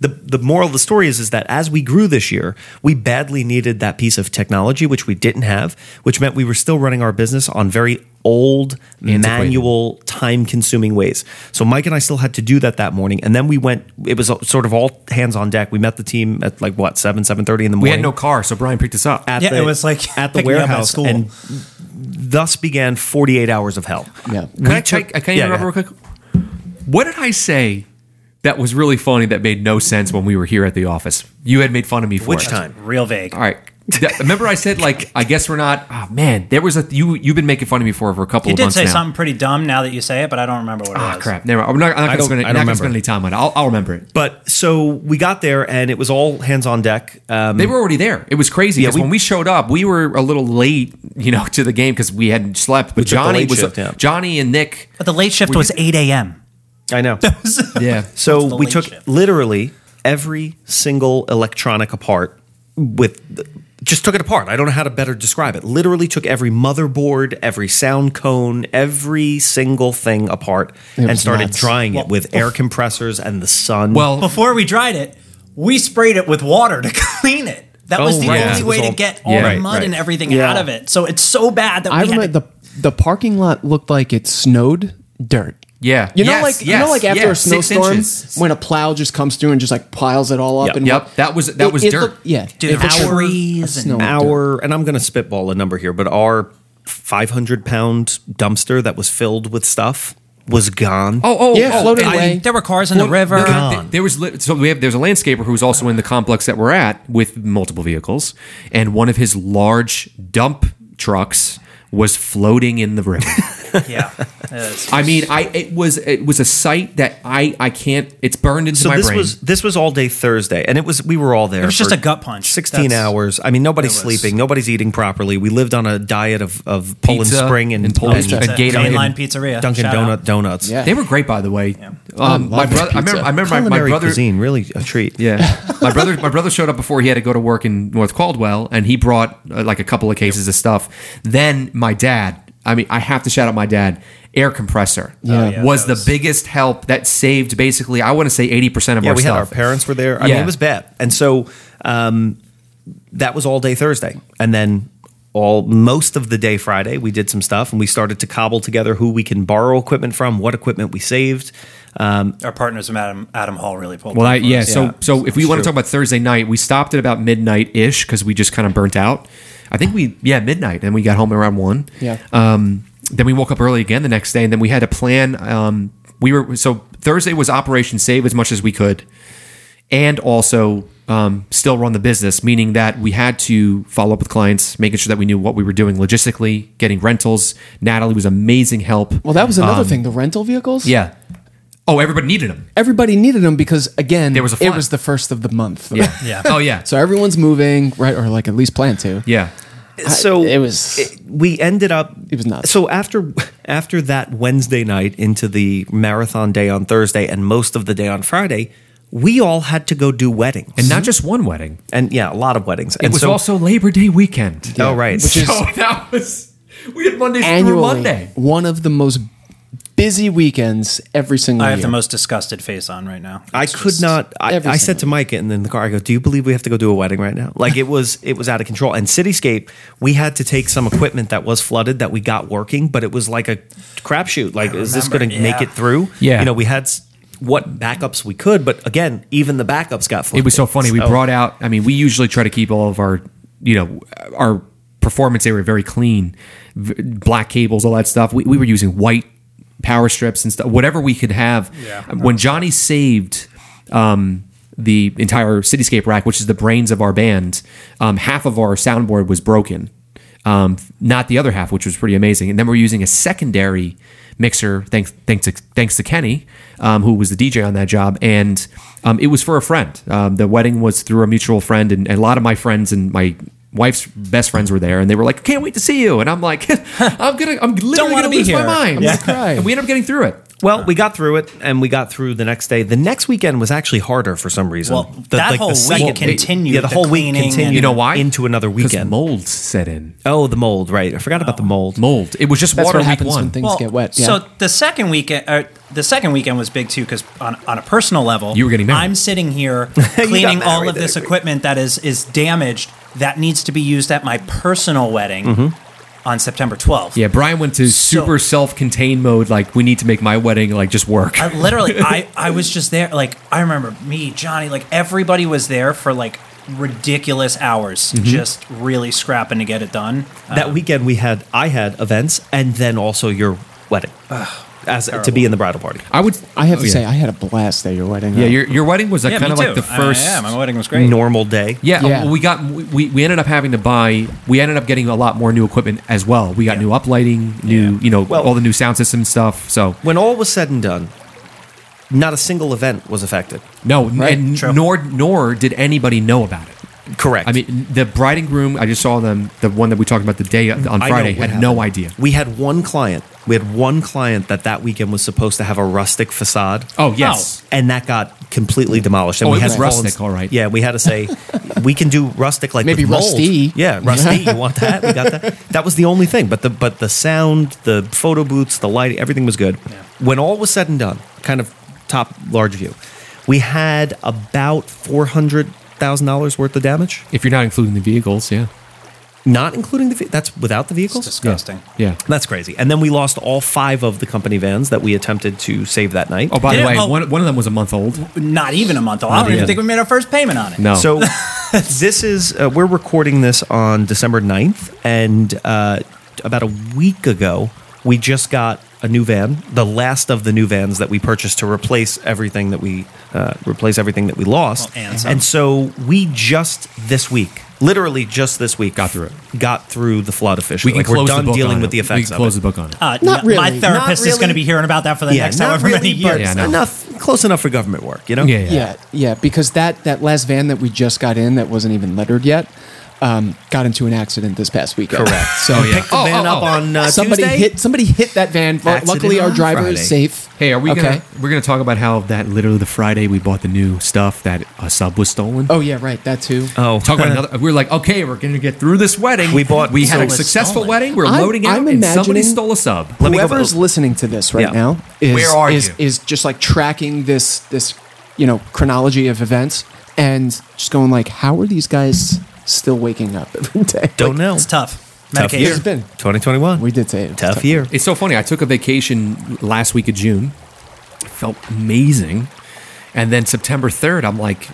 [SPEAKER 4] the, the moral of the story is, is that as we grew this year we badly needed that piece of technology which we didn't have which meant we were still running our business on very old manual time consuming ways. So Mike and I still had to do that that morning, and then we went. It was sort of all hands on deck. We met the team at like what seven seven thirty in the
[SPEAKER 1] We
[SPEAKER 4] morning.
[SPEAKER 1] had no car, so Brian picked us up.
[SPEAKER 4] At
[SPEAKER 3] Yeah, it was like
[SPEAKER 4] at the
[SPEAKER 3] picking me up at
[SPEAKER 4] warehouse,
[SPEAKER 3] school.
[SPEAKER 4] and thus began forty eight hours of hell.
[SPEAKER 2] Yeah.
[SPEAKER 1] can I check? I can you
[SPEAKER 4] yeah,
[SPEAKER 1] remember
[SPEAKER 4] go
[SPEAKER 1] real quick. What did I say? That was really funny. That made no sense when we were here at the office. You had made fun of me for
[SPEAKER 4] Which
[SPEAKER 1] it.
[SPEAKER 4] time?
[SPEAKER 3] real vague.
[SPEAKER 1] All right. That- remember, I said like, I guess we're not. Oh man, there was a you. You've been making fun of me for over a couple
[SPEAKER 3] You
[SPEAKER 1] of
[SPEAKER 3] did
[SPEAKER 1] months
[SPEAKER 3] say
[SPEAKER 1] now.
[SPEAKER 3] something pretty dumb now that you say it, but I don't remember what it
[SPEAKER 1] Ah,
[SPEAKER 3] was.
[SPEAKER 1] crap. Never. mind. I'm not, I'm not
[SPEAKER 4] don't-
[SPEAKER 1] going to spend,
[SPEAKER 4] I don't
[SPEAKER 1] not gonna
[SPEAKER 4] remember.
[SPEAKER 1] spend any time on it. I'll, I'll remember it.
[SPEAKER 4] But so we got there, and it was all hands on deck. Um,
[SPEAKER 1] They were already there. It was crazy because
[SPEAKER 4] we-
[SPEAKER 1] when we showed up, we were a little late, you know, to the game because we hadn't slept. But
[SPEAKER 4] took the
[SPEAKER 1] Johnny
[SPEAKER 4] late
[SPEAKER 1] was
[SPEAKER 4] shift, yeah.
[SPEAKER 1] Johnny and Nick.
[SPEAKER 3] But the late shift was eight a.m.
[SPEAKER 4] I know.
[SPEAKER 1] Yeah.
[SPEAKER 3] It's
[SPEAKER 4] So
[SPEAKER 3] the
[SPEAKER 4] we
[SPEAKER 3] late
[SPEAKER 4] took
[SPEAKER 3] shift.
[SPEAKER 4] literally every single electronic apart with just took it apart. I don't know how to better describe it. Literally took every motherboard, every sound cone, every single thing apart and
[SPEAKER 2] was
[SPEAKER 4] started
[SPEAKER 2] nuts.
[SPEAKER 4] drying it with air compressors and the sun.
[SPEAKER 1] Well,
[SPEAKER 3] Before we dried it, we sprayed it with water to clean it. That was
[SPEAKER 4] Oh,
[SPEAKER 3] the
[SPEAKER 4] right.
[SPEAKER 1] Yeah.
[SPEAKER 3] only
[SPEAKER 1] It
[SPEAKER 4] was
[SPEAKER 3] way
[SPEAKER 4] all-
[SPEAKER 3] to get all
[SPEAKER 1] Yeah.
[SPEAKER 3] the
[SPEAKER 1] Right,
[SPEAKER 3] mud
[SPEAKER 4] right.
[SPEAKER 3] and everything
[SPEAKER 2] Yeah.
[SPEAKER 3] out of it. So it's so bad that
[SPEAKER 2] I
[SPEAKER 3] we had
[SPEAKER 2] remember
[SPEAKER 3] to
[SPEAKER 2] the the parking lot looked like it snowed dirt.
[SPEAKER 1] Yeah.
[SPEAKER 2] You know,
[SPEAKER 1] Yes,
[SPEAKER 2] like you
[SPEAKER 1] yes,
[SPEAKER 2] know, like after
[SPEAKER 1] yes,
[SPEAKER 2] a
[SPEAKER 1] six
[SPEAKER 2] snowstorm,
[SPEAKER 1] inches.
[SPEAKER 2] when a plow just comes through and just like piles it all up.
[SPEAKER 4] Yep.
[SPEAKER 2] and
[SPEAKER 1] Yep. That was- that was dirt.
[SPEAKER 2] looked- yeah,
[SPEAKER 3] Dude,
[SPEAKER 2] it looked-
[SPEAKER 3] trees
[SPEAKER 2] a
[SPEAKER 3] and-
[SPEAKER 2] snow looked dirt.
[SPEAKER 4] our and I'm going to spitball a number here, but our 500 pound dumpster that was filled with stuff was gone.
[SPEAKER 1] Oh, oh,
[SPEAKER 2] Yeah,
[SPEAKER 1] oh,
[SPEAKER 2] floated
[SPEAKER 1] and-
[SPEAKER 2] away.
[SPEAKER 3] There were cars in the
[SPEAKER 1] Well,
[SPEAKER 3] river.
[SPEAKER 1] no, th- there was li- so we have there's a landscaper who's also in the complex that we're at with multiple vehicles, and one of his large dump trucks was floating in the river.
[SPEAKER 3] yeah. It is.
[SPEAKER 1] I mean, I it was it was a sight that I I can't. It's burned into
[SPEAKER 4] so
[SPEAKER 1] my
[SPEAKER 4] this
[SPEAKER 1] brain.
[SPEAKER 4] was this was all day Thursday, and it was we were all there. It
[SPEAKER 3] was just a gut punch.
[SPEAKER 4] Sixteen
[SPEAKER 3] That's-
[SPEAKER 4] hours. I mean, nobody's
[SPEAKER 3] It was-
[SPEAKER 4] sleeping, nobody's eating properly. We lived on a diet of of Poland
[SPEAKER 1] Pizza
[SPEAKER 4] Spring and,
[SPEAKER 1] and Poland
[SPEAKER 4] and,
[SPEAKER 1] Spring.
[SPEAKER 3] It's a
[SPEAKER 1] Gatorade
[SPEAKER 3] mainline
[SPEAKER 1] and
[SPEAKER 3] pizzeria.
[SPEAKER 4] Dunkin'
[SPEAKER 3] Shout
[SPEAKER 4] Donut
[SPEAKER 3] out.
[SPEAKER 4] donuts.
[SPEAKER 2] Yeah.
[SPEAKER 1] they were great, by the way. Um, my
[SPEAKER 2] love
[SPEAKER 1] brother, I remember, I remember my, my
[SPEAKER 4] Culinary
[SPEAKER 1] brother.
[SPEAKER 4] cuisine, really a treat.
[SPEAKER 1] Yeah, my brother. My brother showed up before he had to go to work in North Caldwell, and he brought uh, like a couple of cases of stuff. Then my dad. I mean, I have to shout out my dad. Air compressor
[SPEAKER 2] Yeah. yeah,
[SPEAKER 1] was
[SPEAKER 3] Oh, that
[SPEAKER 1] the
[SPEAKER 3] was-
[SPEAKER 1] biggest help that saved basically. I want to say eighty percent of
[SPEAKER 4] Yeah,
[SPEAKER 1] our
[SPEAKER 4] we
[SPEAKER 1] stuff.
[SPEAKER 4] had our parents were there. I mean,
[SPEAKER 1] Yeah.
[SPEAKER 4] it was bad, and so um, that was all day Thursday, and then all most of the day Friday we did some stuff, and we started to cobble together who we can borrow equipment from, what equipment we saved. Um,
[SPEAKER 3] Our partners from Adam Adam Hall really pulled.
[SPEAKER 1] Well, I,
[SPEAKER 3] up for
[SPEAKER 1] yeah.
[SPEAKER 3] us.
[SPEAKER 1] So, so if we want
[SPEAKER 4] true.
[SPEAKER 1] to talk about Thursday night, we stopped at about midnight ish because we just kind of burnt out. I think we, yeah, midnight, and we got home around one.
[SPEAKER 2] Yeah.
[SPEAKER 1] Um, then we woke up early again the next day, and then we had a plan. Um, we were so Thursday was Operation Save as much as we could, and also um, still run the business, meaning that we had to follow up with clients, making sure that we knew what we were doing logistically, getting rentals. Natalie was amazing help.
[SPEAKER 2] Well, that was another thing. The rental vehicles.
[SPEAKER 1] Um, yeah. Oh, everybody needed them.
[SPEAKER 2] everybody needed them because again,
[SPEAKER 1] There was a
[SPEAKER 2] it
[SPEAKER 1] flood.
[SPEAKER 2] was the first of the month.
[SPEAKER 3] Yeah.
[SPEAKER 1] Oh yeah.
[SPEAKER 2] so everyone's moving, right, or like at least plan to.
[SPEAKER 1] yeah.
[SPEAKER 4] so
[SPEAKER 2] it was-
[SPEAKER 4] we ended up
[SPEAKER 2] It was nuts.
[SPEAKER 4] so after after that wednesday night into the marathon day on thursday and most of the day on friday we all had to go do weddings
[SPEAKER 1] And not just one wedding.
[SPEAKER 4] And, yeah a lot of weddings
[SPEAKER 1] It
[SPEAKER 4] and
[SPEAKER 1] was
[SPEAKER 4] so
[SPEAKER 1] also Labor Day weekend.
[SPEAKER 4] oh right
[SPEAKER 2] Which is
[SPEAKER 1] So that was we did Mondays through
[SPEAKER 2] annually
[SPEAKER 1] Monday.
[SPEAKER 2] one of the most busy weekends every single
[SPEAKER 3] I have
[SPEAKER 2] year.
[SPEAKER 3] the most disgusted face on right now.
[SPEAKER 4] I
[SPEAKER 3] It's
[SPEAKER 4] could
[SPEAKER 3] just-
[SPEAKER 4] not. I,
[SPEAKER 2] every
[SPEAKER 4] I
[SPEAKER 2] single
[SPEAKER 4] said to Mike in, in the car, I go, "Do you believe we have to go do a wedding right now?" Like it was, it was out of control. And Cityscape, we had to take some equipment that was flooded that we got working, but it was like a crapshoot. Like, is this going
[SPEAKER 3] remember,
[SPEAKER 4] to make
[SPEAKER 3] yeah.
[SPEAKER 4] it through?
[SPEAKER 1] Yeah.
[SPEAKER 4] you know, we had s- what backups we could, but again, even the backups got flooded.
[SPEAKER 1] It was so funny. We brought out. I mean, we usually try to keep all of our, you know, our performance area very clean, v- black cables, all that stuff. We, we were using white power strips and stuff, whatever we could have.
[SPEAKER 3] Yeah.
[SPEAKER 1] When Johnny saved um, the entire Cityscape rack, which is the brains of our band, um, half of our soundboard was broken. Um, not the other half, which was pretty amazing. And then we're using a secondary mixer, thanks thanks to, thanks to Kenny, um, who was the DJ on that job, and um, it was for a friend. Um, the wedding was through a mutual friend, and, and a lot of my friends and my wife's best friends were there, and they were like, "Can't wait to see you," and I'm like, "I'm gonna, I'm literally
[SPEAKER 3] wanna
[SPEAKER 1] gonna
[SPEAKER 3] be
[SPEAKER 1] lose my
[SPEAKER 3] here.
[SPEAKER 1] mind."
[SPEAKER 2] I'm gonna cry.
[SPEAKER 1] And we ended up getting through it.
[SPEAKER 4] Well, we got through it, and we got through the next day. The next weekend was actually harder for some reason.
[SPEAKER 3] Well, that whole week
[SPEAKER 4] second-
[SPEAKER 3] continued,
[SPEAKER 4] Yeah, the,
[SPEAKER 3] the
[SPEAKER 4] whole week
[SPEAKER 3] cleaning and-
[SPEAKER 4] continued.
[SPEAKER 1] You know why?
[SPEAKER 4] Into another
[SPEAKER 1] 'Cause
[SPEAKER 4] weekend.
[SPEAKER 1] mold set in.
[SPEAKER 4] oh, the mold. Right. I forgot about
[SPEAKER 3] Oh.
[SPEAKER 4] the mold.
[SPEAKER 1] Mold. It was just
[SPEAKER 2] That's
[SPEAKER 1] water
[SPEAKER 2] what
[SPEAKER 1] week
[SPEAKER 2] happens
[SPEAKER 1] one.
[SPEAKER 2] when things get wet. Yeah.
[SPEAKER 3] So the second weekend, uh, the second weekend was big too because on, on a personal level,
[SPEAKER 1] You were getting married.
[SPEAKER 3] I'm sitting here
[SPEAKER 4] got
[SPEAKER 3] cleaning all
[SPEAKER 4] married
[SPEAKER 3] of this
[SPEAKER 4] that week.
[SPEAKER 3] equipment that is is damaged that needs to be used at my personal wedding on September 12th.
[SPEAKER 1] yeah, Brian went to
[SPEAKER 3] So-
[SPEAKER 1] super self-contained mode. Like, we need to make my wedding like just work.
[SPEAKER 3] I literally, I, I was just there. Like, I remember me, Johnny, like everybody was there for like ridiculous hours, just really scrapping to get it done.
[SPEAKER 4] that weekend we had I had events and then also your wedding as to be in the bridal party.
[SPEAKER 1] I would.
[SPEAKER 2] I have
[SPEAKER 1] oh,
[SPEAKER 2] to
[SPEAKER 1] yeah.
[SPEAKER 2] say, I had a blast at your wedding.
[SPEAKER 1] yeah, your your wedding was like,
[SPEAKER 3] Yeah,
[SPEAKER 1] kind
[SPEAKER 3] me
[SPEAKER 1] of
[SPEAKER 3] too.
[SPEAKER 1] like the first.
[SPEAKER 3] I, yeah, my wedding was great.
[SPEAKER 4] Normal day.
[SPEAKER 1] Yeah,
[SPEAKER 2] Yeah.
[SPEAKER 1] well, we got we, we ended up having to buy. We ended up getting a lot more new equipment as well. We got new uplighting, new you know
[SPEAKER 4] Well-
[SPEAKER 1] all the new sound system stuff. So
[SPEAKER 4] When all was said and done, not a single event was affected.
[SPEAKER 1] no, n-
[SPEAKER 2] Right,
[SPEAKER 1] and
[SPEAKER 3] true.
[SPEAKER 1] nor nor did anybody know about it.
[SPEAKER 4] Correct.
[SPEAKER 1] I mean, the bride and groom. I just saw them. The one that we talked about the day
[SPEAKER 2] Mm.
[SPEAKER 1] on
[SPEAKER 4] I know
[SPEAKER 1] Friday
[SPEAKER 4] what
[SPEAKER 1] had no
[SPEAKER 4] happened.
[SPEAKER 1] idea.
[SPEAKER 4] We had one client. We had one client that that weekend was supposed to have a rustic facade.
[SPEAKER 1] Oh yes,
[SPEAKER 4] And that got completely demolished. And
[SPEAKER 1] Oh,
[SPEAKER 4] we
[SPEAKER 1] it
[SPEAKER 4] had
[SPEAKER 1] was
[SPEAKER 4] to call and-
[SPEAKER 1] rustic, all right.
[SPEAKER 4] Yeah, we had to say we can do rustic like
[SPEAKER 2] Maybe
[SPEAKER 4] with mold.
[SPEAKER 2] rusty.
[SPEAKER 4] Yeah, rusty. you want that? We got that. That was the only thing. But the but the sound, the photo booths, the light, everything was good. When all was said and done, kind of top large view, we had about four hundred thousand dollars worth of damage.
[SPEAKER 1] if you're not including the vehicles, yeah.
[SPEAKER 4] not including the ve- that's without the vehicles.
[SPEAKER 3] disgusting.
[SPEAKER 1] Yeah.
[SPEAKER 4] That's crazy. And then we lost all five of the company vans that we attempted to save that night.
[SPEAKER 1] Oh, by
[SPEAKER 3] Did
[SPEAKER 1] the
[SPEAKER 3] it-
[SPEAKER 1] way,
[SPEAKER 3] oh.
[SPEAKER 1] one, one of them was a month old.
[SPEAKER 3] Not even a month old. I don't even
[SPEAKER 1] even.
[SPEAKER 3] think we made our first payment on it.
[SPEAKER 1] No.
[SPEAKER 4] So this is uh, we're recording this on December 9th, and uh, about a week ago, we just got a new van, the last of the new vans that we purchased to replace everything that we uh, replace everything that we lost.
[SPEAKER 3] Well, and some.
[SPEAKER 4] and so we just this week, literally just this week,
[SPEAKER 1] Got through it.
[SPEAKER 4] Got through the flood officially.
[SPEAKER 1] we can
[SPEAKER 4] like
[SPEAKER 1] close
[SPEAKER 4] we're done
[SPEAKER 1] the book
[SPEAKER 4] dealing
[SPEAKER 1] on
[SPEAKER 4] with
[SPEAKER 1] it.
[SPEAKER 4] the
[SPEAKER 1] We
[SPEAKER 4] effects
[SPEAKER 1] can
[SPEAKER 4] of
[SPEAKER 1] close
[SPEAKER 4] it.
[SPEAKER 1] the book on it.
[SPEAKER 3] Uh,
[SPEAKER 2] Not
[SPEAKER 3] yeah, My
[SPEAKER 2] really, not
[SPEAKER 3] therapist is
[SPEAKER 2] really.
[SPEAKER 3] going to be hearing about that for the
[SPEAKER 4] Yeah,
[SPEAKER 3] next
[SPEAKER 4] not
[SPEAKER 3] however many
[SPEAKER 4] really, but
[SPEAKER 3] years.
[SPEAKER 1] Yeah, no.
[SPEAKER 4] enough, close enough for government work, you know.
[SPEAKER 1] yeah, yeah.
[SPEAKER 2] yeah, yeah, because that that last van that we just got in that wasn't even lettered yet um, got into an accident this past weekend.
[SPEAKER 4] Correct.
[SPEAKER 2] So
[SPEAKER 1] Oh, yeah.
[SPEAKER 4] Picked the van
[SPEAKER 1] oh,
[SPEAKER 4] up
[SPEAKER 1] oh.
[SPEAKER 4] on uh,
[SPEAKER 2] somebody
[SPEAKER 4] Tuesday.
[SPEAKER 2] hit somebody hit that van. Lu-
[SPEAKER 4] Accident
[SPEAKER 2] Luckily, our
[SPEAKER 4] on
[SPEAKER 2] driver
[SPEAKER 4] Friday.
[SPEAKER 2] is safe.
[SPEAKER 1] Hey, are we
[SPEAKER 2] okay?
[SPEAKER 1] gonna we're gonna talk about how that literally the Friday we bought the new stuff that a sub was stolen?
[SPEAKER 2] Oh yeah, right. That too.
[SPEAKER 4] Oh,
[SPEAKER 1] Talk about another. We were like, okay, we're gonna get through this wedding.
[SPEAKER 4] We bought-
[SPEAKER 1] We had
[SPEAKER 3] So
[SPEAKER 1] a
[SPEAKER 3] it's
[SPEAKER 1] successful
[SPEAKER 3] stolen.
[SPEAKER 1] wedding. We are
[SPEAKER 2] I'm-
[SPEAKER 1] loading out,
[SPEAKER 2] I'm
[SPEAKER 1] and somebody
[SPEAKER 2] imagining-
[SPEAKER 1] stole a sub.
[SPEAKER 4] Let me go
[SPEAKER 2] Whoever's
[SPEAKER 4] back-
[SPEAKER 2] listening to this right
[SPEAKER 4] Yeah.
[SPEAKER 2] now is
[SPEAKER 1] Where are
[SPEAKER 2] is,
[SPEAKER 1] you?
[SPEAKER 2] is just like tracking this this you know chronology of events and just going like, how are these guys still waking up every day?
[SPEAKER 4] Don't know.
[SPEAKER 3] It's tough.
[SPEAKER 4] Tough
[SPEAKER 3] Medication.
[SPEAKER 4] year.
[SPEAKER 2] It's been-
[SPEAKER 4] 2021.
[SPEAKER 2] We did say it was
[SPEAKER 4] tough
[SPEAKER 2] tough.
[SPEAKER 4] year.
[SPEAKER 1] It's so funny. I took a vacation last week of June. It felt amazing. And then September 3rd, I'm like,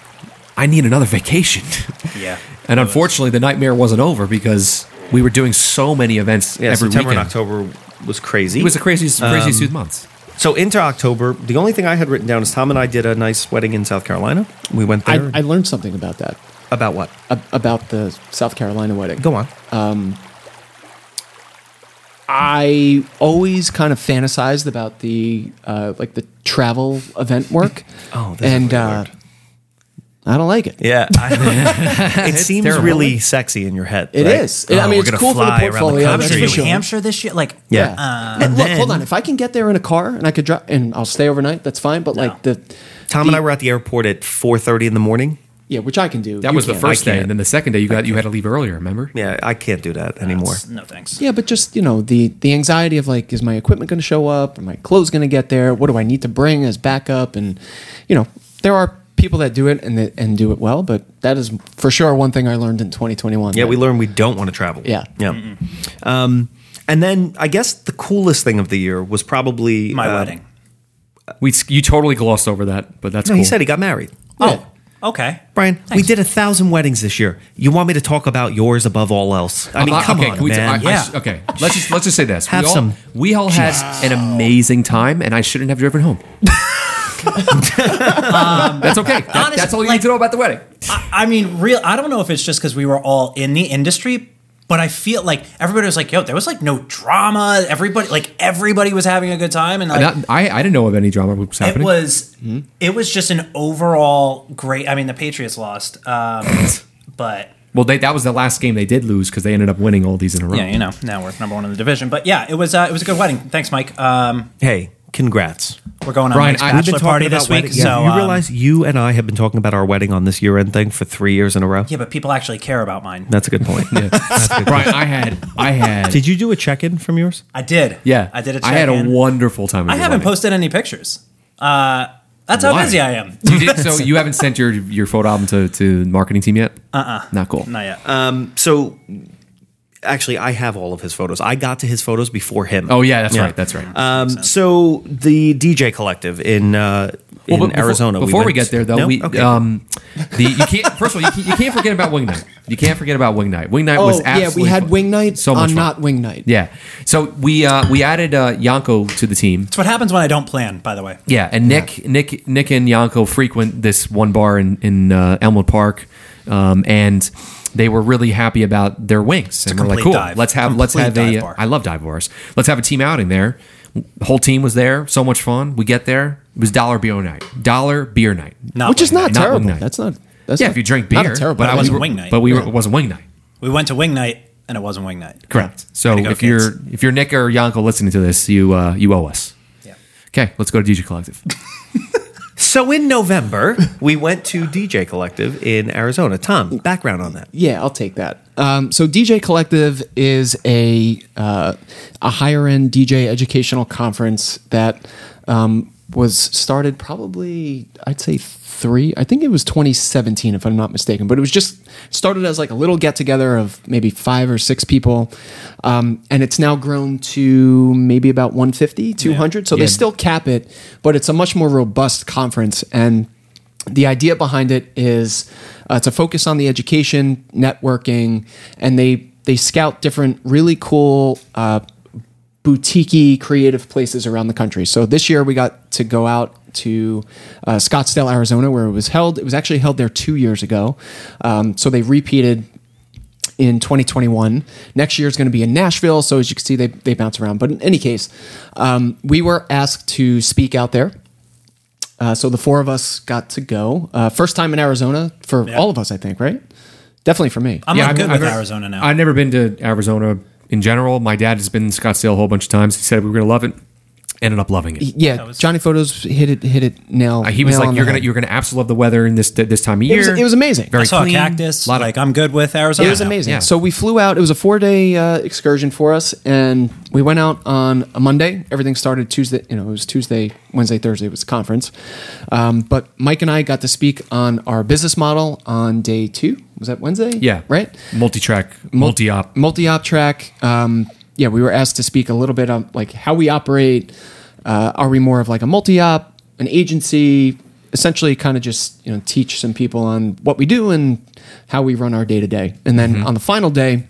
[SPEAKER 1] I need another vacation.
[SPEAKER 3] Yeah.
[SPEAKER 1] and unfortunately, the nightmare wasn't over because we were doing so many events
[SPEAKER 4] Yeah,
[SPEAKER 1] every
[SPEAKER 4] September
[SPEAKER 1] weekend.
[SPEAKER 4] and October Um, was crazy.
[SPEAKER 1] It was the craziest, craziest two months.
[SPEAKER 4] so into October. The only thing I had written down is Tom and I did a nice wedding in South Carolina. We went there.
[SPEAKER 2] I, I learned something about that
[SPEAKER 4] about what?
[SPEAKER 2] ab- about the South Carolina wedding.
[SPEAKER 4] Go on.
[SPEAKER 2] I always kind of fantasized about the uh, like the travel event work.
[SPEAKER 4] Oh, this is
[SPEAKER 2] and
[SPEAKER 4] really
[SPEAKER 2] uh,
[SPEAKER 4] weird.
[SPEAKER 2] I don't like it.
[SPEAKER 4] yeah, it seems
[SPEAKER 1] terrible.
[SPEAKER 4] really sexy in your head.
[SPEAKER 2] It
[SPEAKER 4] right?
[SPEAKER 2] is.
[SPEAKER 4] Oh,
[SPEAKER 2] I mean,
[SPEAKER 4] we're
[SPEAKER 2] it's
[SPEAKER 4] gonna
[SPEAKER 2] cool for the
[SPEAKER 4] fly around the
[SPEAKER 2] portfolio.
[SPEAKER 3] I'm
[SPEAKER 2] that's
[SPEAKER 4] country.
[SPEAKER 3] in
[SPEAKER 2] for
[SPEAKER 3] New
[SPEAKER 2] sure.
[SPEAKER 3] Hampshire this year. Like,
[SPEAKER 4] Yeah.
[SPEAKER 2] And
[SPEAKER 3] Uh,
[SPEAKER 2] look,
[SPEAKER 4] then-
[SPEAKER 2] hold on. If I can get there in a car and I could drive, and I'll stay overnight, that's fine. But like the
[SPEAKER 4] Tom and I were at the airport at 4:30 in the morning.
[SPEAKER 2] yeah, which I can do.
[SPEAKER 1] That
[SPEAKER 2] you
[SPEAKER 1] was the
[SPEAKER 2] can't.
[SPEAKER 1] first
[SPEAKER 4] I
[SPEAKER 1] day.
[SPEAKER 4] can't.
[SPEAKER 1] And then the second day, you got you had to leave earlier, remember?
[SPEAKER 4] Yeah, I can't do that anymore.
[SPEAKER 3] no thanks.
[SPEAKER 2] Yeah, but just you know the the anxiety of like, is my equipment going to show up? Are my clothes going to get there? What do I need to bring as backup? And you know, there are people that do it and that, and do it well, but that is for sure one thing I learned in 2021.
[SPEAKER 4] Yeah,
[SPEAKER 2] that-
[SPEAKER 4] we learned we don't want to travel.
[SPEAKER 2] Yeah.
[SPEAKER 4] Yeah. Um, and then I guess the coolest thing of the year was probably
[SPEAKER 3] My
[SPEAKER 4] uh,
[SPEAKER 3] wedding.
[SPEAKER 1] We you totally glossed over that, but that's
[SPEAKER 4] No,
[SPEAKER 1] cool. Oh,
[SPEAKER 4] he said he got married.
[SPEAKER 2] Yeah.
[SPEAKER 3] Okay.
[SPEAKER 4] Brian, we
[SPEAKER 3] Thanks.
[SPEAKER 4] did a thousand weddings this year. You want me to talk about yours above all else? I mean,
[SPEAKER 1] Uh,
[SPEAKER 4] come
[SPEAKER 1] okay,
[SPEAKER 4] on,
[SPEAKER 1] can we t-
[SPEAKER 4] man.
[SPEAKER 1] I- I
[SPEAKER 3] Yeah.
[SPEAKER 1] s- okay, let's just let's just say this.
[SPEAKER 4] Have
[SPEAKER 1] we all,
[SPEAKER 4] some-
[SPEAKER 1] We all had an amazing time, and I shouldn't have driven home. Um, that's okay. That-
[SPEAKER 3] honest-
[SPEAKER 1] that's all you
[SPEAKER 3] like-
[SPEAKER 1] need to know about the wedding.
[SPEAKER 3] I, I mean, real. I don't know if it's just because we were all in the industry, but I feel like everybody was like, "Yo, there was like no drama. Everybody, like everybody was having a good time." And like,
[SPEAKER 1] Not- I, I didn't know of any drama was
[SPEAKER 3] It
[SPEAKER 1] happening.
[SPEAKER 3] was it was just an overall great. I mean, the Patriots lost, um, but
[SPEAKER 1] well, they, that was the last game they did lose because they ended up winning all these in a row.
[SPEAKER 3] yeah, you know, now we're number one in the division. But yeah, it was uh, it was a good wedding. Thanks, Mike. Um,
[SPEAKER 4] hey, congrats.
[SPEAKER 3] we're going on
[SPEAKER 1] Brian,
[SPEAKER 3] Mike's
[SPEAKER 1] I- we've been
[SPEAKER 3] bachelor party this week,
[SPEAKER 4] weddings.
[SPEAKER 3] so
[SPEAKER 4] you
[SPEAKER 3] um,
[SPEAKER 4] realize you and I have been talking about our wedding on this year end thing for three years in a row.
[SPEAKER 3] yeah, but people actually care about mine.
[SPEAKER 4] That's a good point.
[SPEAKER 1] Brian, I had I had
[SPEAKER 4] Did you do a check in from yours?
[SPEAKER 3] I did.
[SPEAKER 1] yeah
[SPEAKER 3] I did a
[SPEAKER 1] I had a
[SPEAKER 3] check-in.
[SPEAKER 1] wonderful time. at
[SPEAKER 3] I
[SPEAKER 1] your
[SPEAKER 3] haven't
[SPEAKER 1] wedding.
[SPEAKER 3] posted any pictures. Uh, that's how
[SPEAKER 1] Why?
[SPEAKER 3] busy I am.
[SPEAKER 1] You did, so you haven't sent your your photo album to to marketing team yet? Uh uh Not cool.
[SPEAKER 3] Not yet.
[SPEAKER 4] So, actually, I have all of his photos. I got to his photos before him.
[SPEAKER 1] Oh yeah, that's right. That's right.
[SPEAKER 4] Um, so the DJ Collective in uh, in
[SPEAKER 1] Well, but before-
[SPEAKER 4] Arizona.
[SPEAKER 1] Before we,
[SPEAKER 4] went-
[SPEAKER 1] get there, though,
[SPEAKER 4] No?
[SPEAKER 1] we
[SPEAKER 4] Okay.
[SPEAKER 1] um, the you can't. First of all, you can't, you can't forget about Wing Night. You can't forget about Wing Night. Wing Night
[SPEAKER 2] Oh
[SPEAKER 1] was
[SPEAKER 2] yeah,
[SPEAKER 1] absolutely
[SPEAKER 2] we had
[SPEAKER 1] fun.
[SPEAKER 2] wing night
[SPEAKER 1] So much
[SPEAKER 2] on
[SPEAKER 1] fun.
[SPEAKER 2] not wing night.
[SPEAKER 1] Yeah. So we uh, we added uh, Yanko to the team.
[SPEAKER 3] it's what happens when I don't plan. By the way,
[SPEAKER 1] Yeah, and Nick Nick Nick and Yanko frequent this one bar in in uh, Elmwood Park, um, and they were really happy about their wings. and we're like,
[SPEAKER 3] complete
[SPEAKER 1] cool.
[SPEAKER 3] dive.
[SPEAKER 1] Let's have let's
[SPEAKER 3] Complete
[SPEAKER 1] have
[SPEAKER 3] dive
[SPEAKER 1] a.
[SPEAKER 3] bar.
[SPEAKER 1] I love dive bars. Let's have a team outing there. Whole team was there. So much fun. We get there. It was dollar beer night. Dollar beer night.
[SPEAKER 3] not
[SPEAKER 2] which is
[SPEAKER 3] wing
[SPEAKER 2] not,
[SPEAKER 3] night.
[SPEAKER 1] Not wing
[SPEAKER 2] terrible.
[SPEAKER 1] night.
[SPEAKER 2] That's not. That's
[SPEAKER 1] yeah,
[SPEAKER 2] not-
[SPEAKER 1] if you drink beer,
[SPEAKER 2] not a terrible.
[SPEAKER 1] but I
[SPEAKER 2] idea.
[SPEAKER 1] was
[SPEAKER 3] wasn't wing night.
[SPEAKER 1] But we were, it wasn't wing night.
[SPEAKER 3] We went to wing night and it wasn't wing night.
[SPEAKER 1] Correct. So
[SPEAKER 3] Way to go,
[SPEAKER 1] if you're
[SPEAKER 3] kids.
[SPEAKER 1] if you're Nick or Yanko listening to this, you uh, you owe us.
[SPEAKER 3] Yeah.
[SPEAKER 1] Okay, let's go to DJ Collective.
[SPEAKER 4] So in November, we went to DJ Collective in Arizona. Tom, background on that.
[SPEAKER 2] Yeah, I'll take that. Um, so DJ Collective is a uh, a higher end DJ educational conference that um, was started probably I'd say three. I think it was 2017 if I'm not mistaken. But it was just started as like a little get together of maybe five or six people, um, and it's now grown to maybe about 150, 200. So they
[SPEAKER 1] Yeah.
[SPEAKER 2] still cap it, but it's a much more robust conference and the idea behind it is uh, to focus on the education networking and they they scout different really cool uh, boutique creative places around the country so this year we got to go out to uh, scottsdale arizona where it was held it was actually held there two years ago um, so they repeated in 2021. Next year is going to be in Nashville. So as you can see, they, they bounce around. But in any case, um, we were asked to speak out there. Uh, so the four of us got to go. Uh, first time in Arizona for all of us, I think, right? Definitely for me.
[SPEAKER 3] I'm not
[SPEAKER 1] I've-
[SPEAKER 3] good
[SPEAKER 1] I've
[SPEAKER 3] with
[SPEAKER 1] never-
[SPEAKER 3] Arizona now.
[SPEAKER 1] I've never been to Arizona in general. My dad has been in Scottsdale a whole bunch of times. He said we were going to love it. Ended up loving it.
[SPEAKER 2] yeah, Johnny Photos hit it hit it nail.
[SPEAKER 1] Uh, He was
[SPEAKER 2] nail on
[SPEAKER 1] like,
[SPEAKER 2] the
[SPEAKER 1] "You're gonna,
[SPEAKER 2] head."
[SPEAKER 1] you're gonna absolutely love the weather in this this time of
[SPEAKER 2] It
[SPEAKER 1] year."
[SPEAKER 2] was- it was amazing.
[SPEAKER 1] Very
[SPEAKER 2] I
[SPEAKER 3] I saw
[SPEAKER 1] clean,
[SPEAKER 3] a cactus.
[SPEAKER 1] lot of-
[SPEAKER 3] like I'm good with Arizona.
[SPEAKER 2] It was
[SPEAKER 3] now.
[SPEAKER 2] amazing.
[SPEAKER 1] Yeah.
[SPEAKER 2] So we flew out. It was a four day uh, excursion for us, and we went out on a Monday. Everything started Tuesday. You know, it was Tuesday, Wednesday, Thursday was conference. Um, but Mike and I got to speak on our business model on day two. Was that Wednesday?
[SPEAKER 1] yeah,
[SPEAKER 2] Right.
[SPEAKER 1] Multi-track, multi-op.
[SPEAKER 2] Multi-op track. Um, yeah, we were asked to speak a little bit on like how we operate. Uh, are we more of like a multi-op, an agency? Essentially, kind of just you know teach some people on what we do and how we run our day to day. And then on the final day,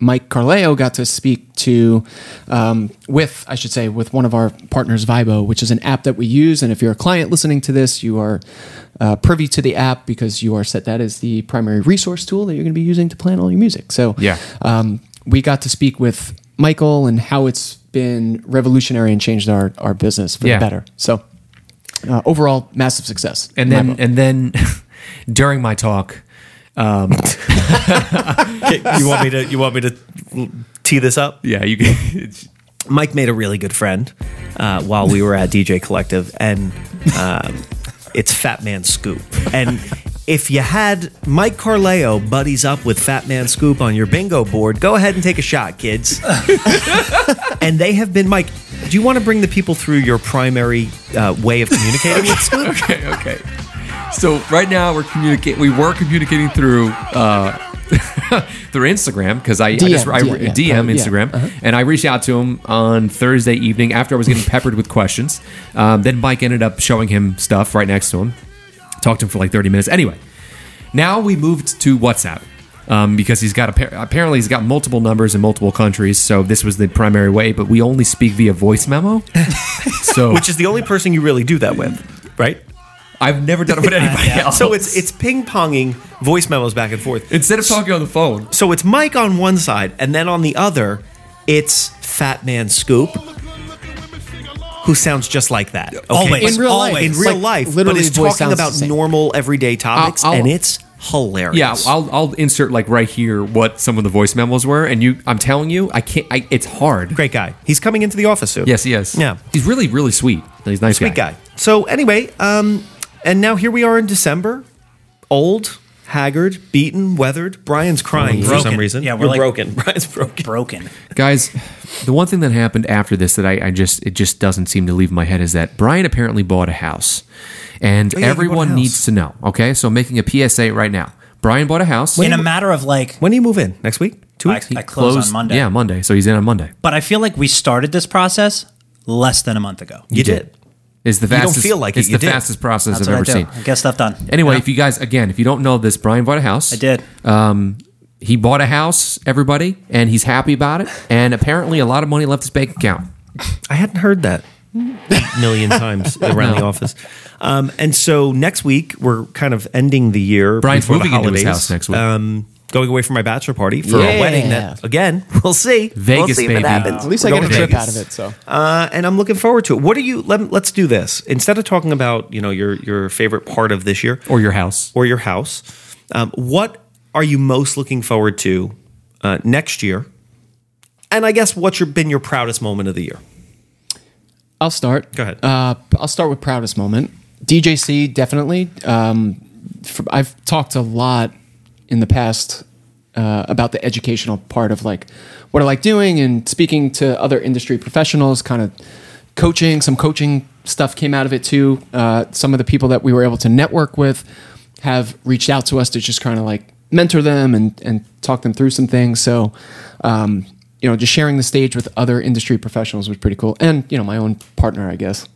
[SPEAKER 2] Mike Carleo got to speak to um, with, I should say, with one of our partners, Vibo, which is an app that we use. And if you're a client listening to this, you are uh, privy to the app because you are set. That is the primary resource tool that you're going to be using to plan all your music. So
[SPEAKER 1] Yeah.
[SPEAKER 2] um, we got to speak with Michael and how it's been revolutionary and changed our our business for
[SPEAKER 1] Yeah.
[SPEAKER 2] the better. So uh, overall, massive success.
[SPEAKER 1] And
[SPEAKER 2] in my
[SPEAKER 1] then,
[SPEAKER 2] book.
[SPEAKER 1] and then, during my talk,
[SPEAKER 4] you want me to? You want me to tee this up?
[SPEAKER 1] yeah, you can.
[SPEAKER 4] Mike made a really good friend uh, while we were at DJ Collective, and um, it's Fat Man Scoop. And if you had Mike Carleo buddies up with Fat Man Scoop on your bingo board, go ahead and take a shot, kids. and they have been, Mike, do you want to bring the people through your primary uh, way of communicating with Scoop?
[SPEAKER 1] okay, okay. So right now we're communicating. We were communicating through uh, through Instagram because I, I just I,
[SPEAKER 2] DM, yeah.
[SPEAKER 1] DM
[SPEAKER 4] uh-huh,
[SPEAKER 2] Uh, yeah,
[SPEAKER 1] Instagram, and I reached out to him on Thursday evening after I was getting peppered with questions. Um, then Mike ended up showing him stuff right next to him. Talked to him for like thirty minutes. Anyway, now we moved to WhatsApp um, because he's got appa- apparently he's got multiple numbers in multiple countries. So this was the primary way, but we only speak via voice memo. so
[SPEAKER 4] Which is the only person you really do that with, right?
[SPEAKER 1] I've never done it with anybody else.
[SPEAKER 4] So it's it's ping ponging voice memos back and forth.
[SPEAKER 1] Instead of talking on the phone,
[SPEAKER 4] So it's Mike on one side, and then on the other, it's Fat Man Scoop, who sounds just like that. Okay?
[SPEAKER 3] Always.
[SPEAKER 2] In real life.
[SPEAKER 4] in
[SPEAKER 3] always.
[SPEAKER 4] real
[SPEAKER 2] Like,
[SPEAKER 4] life, but
[SPEAKER 2] literally
[SPEAKER 4] is
[SPEAKER 2] his voice
[SPEAKER 4] talking
[SPEAKER 2] sounds
[SPEAKER 4] about
[SPEAKER 2] the same.
[SPEAKER 4] normal everyday topics,
[SPEAKER 1] I'll-
[SPEAKER 4] and it's hilarious.
[SPEAKER 1] yeah, I'll I'll insert like right here what some of the voice memos were, and you, I'm telling you, I can't. I, it's hard.
[SPEAKER 4] great guy. He's coming into the office soon.
[SPEAKER 1] Yes, he is.
[SPEAKER 4] Yeah,
[SPEAKER 1] he's really really sweet. He's a nice
[SPEAKER 4] sweet guy. So anyway, um, and now here we are in December, old. Haggard, beaten, weathered. Brian's crying for
[SPEAKER 3] Broken.
[SPEAKER 4] some reason.
[SPEAKER 3] Yeah, we're
[SPEAKER 4] You're
[SPEAKER 3] like-
[SPEAKER 4] broken. Brian's broken.
[SPEAKER 3] broken.
[SPEAKER 1] Guys, the one thing that happened after this that I, I just it just doesn't seem to leave my head is that Brian apparently bought a house, and
[SPEAKER 4] Oh, he bought a
[SPEAKER 1] everyone
[SPEAKER 4] house.
[SPEAKER 1] needs to know. Okay, so I'm making a PSA right now. Brian bought a house.
[SPEAKER 3] in a matter of like,
[SPEAKER 4] When do you move in? Next week? Two
[SPEAKER 3] I,
[SPEAKER 4] weeks?
[SPEAKER 3] I close
[SPEAKER 1] Closed-
[SPEAKER 3] on Monday.
[SPEAKER 1] Yeah, Monday. So he's in on Monday.
[SPEAKER 3] But I feel like we started this process less than a month ago.
[SPEAKER 4] you did.
[SPEAKER 1] It's the
[SPEAKER 4] don't
[SPEAKER 1] fastest.
[SPEAKER 4] feel like it,
[SPEAKER 1] it's
[SPEAKER 4] you
[SPEAKER 1] the
[SPEAKER 4] did.
[SPEAKER 1] fastest process
[SPEAKER 3] That's
[SPEAKER 1] I've
[SPEAKER 3] what I
[SPEAKER 1] ever
[SPEAKER 3] do.
[SPEAKER 1] seen.
[SPEAKER 3] I get stuff done.
[SPEAKER 1] Anyway, if you guys again, if you don't know this, Brian bought a house.
[SPEAKER 3] I did.
[SPEAKER 1] He bought a house, everybody, and he's happy about it. And apparently, a lot of money left his bank account.
[SPEAKER 4] I hadn't heard that a million times around the office. Um, and so next week we're kind of ending the year.
[SPEAKER 1] Brian's
[SPEAKER 4] before the
[SPEAKER 1] moving into his
[SPEAKER 4] holidays.
[SPEAKER 1] house next week.
[SPEAKER 4] Um, going away for my bachelor party for a
[SPEAKER 2] Yeah.
[SPEAKER 4] wedding that again we'll see. we'll
[SPEAKER 1] Vegas,
[SPEAKER 4] see if
[SPEAKER 1] baby.
[SPEAKER 4] it happens.
[SPEAKER 2] at least I
[SPEAKER 4] We're
[SPEAKER 2] get a
[SPEAKER 4] going to
[SPEAKER 2] trip out of
[SPEAKER 4] Vegas.
[SPEAKER 2] it. So
[SPEAKER 4] Uh, and I'm looking forward to it. What do you? Let, let's do this instead of talking about you know your your favorite part of this year
[SPEAKER 1] Or your house.
[SPEAKER 4] or your house. Um, what are you most looking forward to uh, next year? And I guess what's your, been your proudest moment of the year?
[SPEAKER 2] I'll start.
[SPEAKER 4] Go ahead.
[SPEAKER 2] Uh, I'll start with proudest moment. DJC definitely. Um, for, I've talked a lot in the past uh, about the educational part of like what I like doing and speaking to other industry professionals, kind of coaching. Some coaching stuff came out of it too. Uh, some of the people that we were able to network with have reached out to us to just kind of like mentor them and and talk them through some things. So, um, you know, just sharing the stage with other industry professionals was pretty cool, and you know, my own partner, I guess.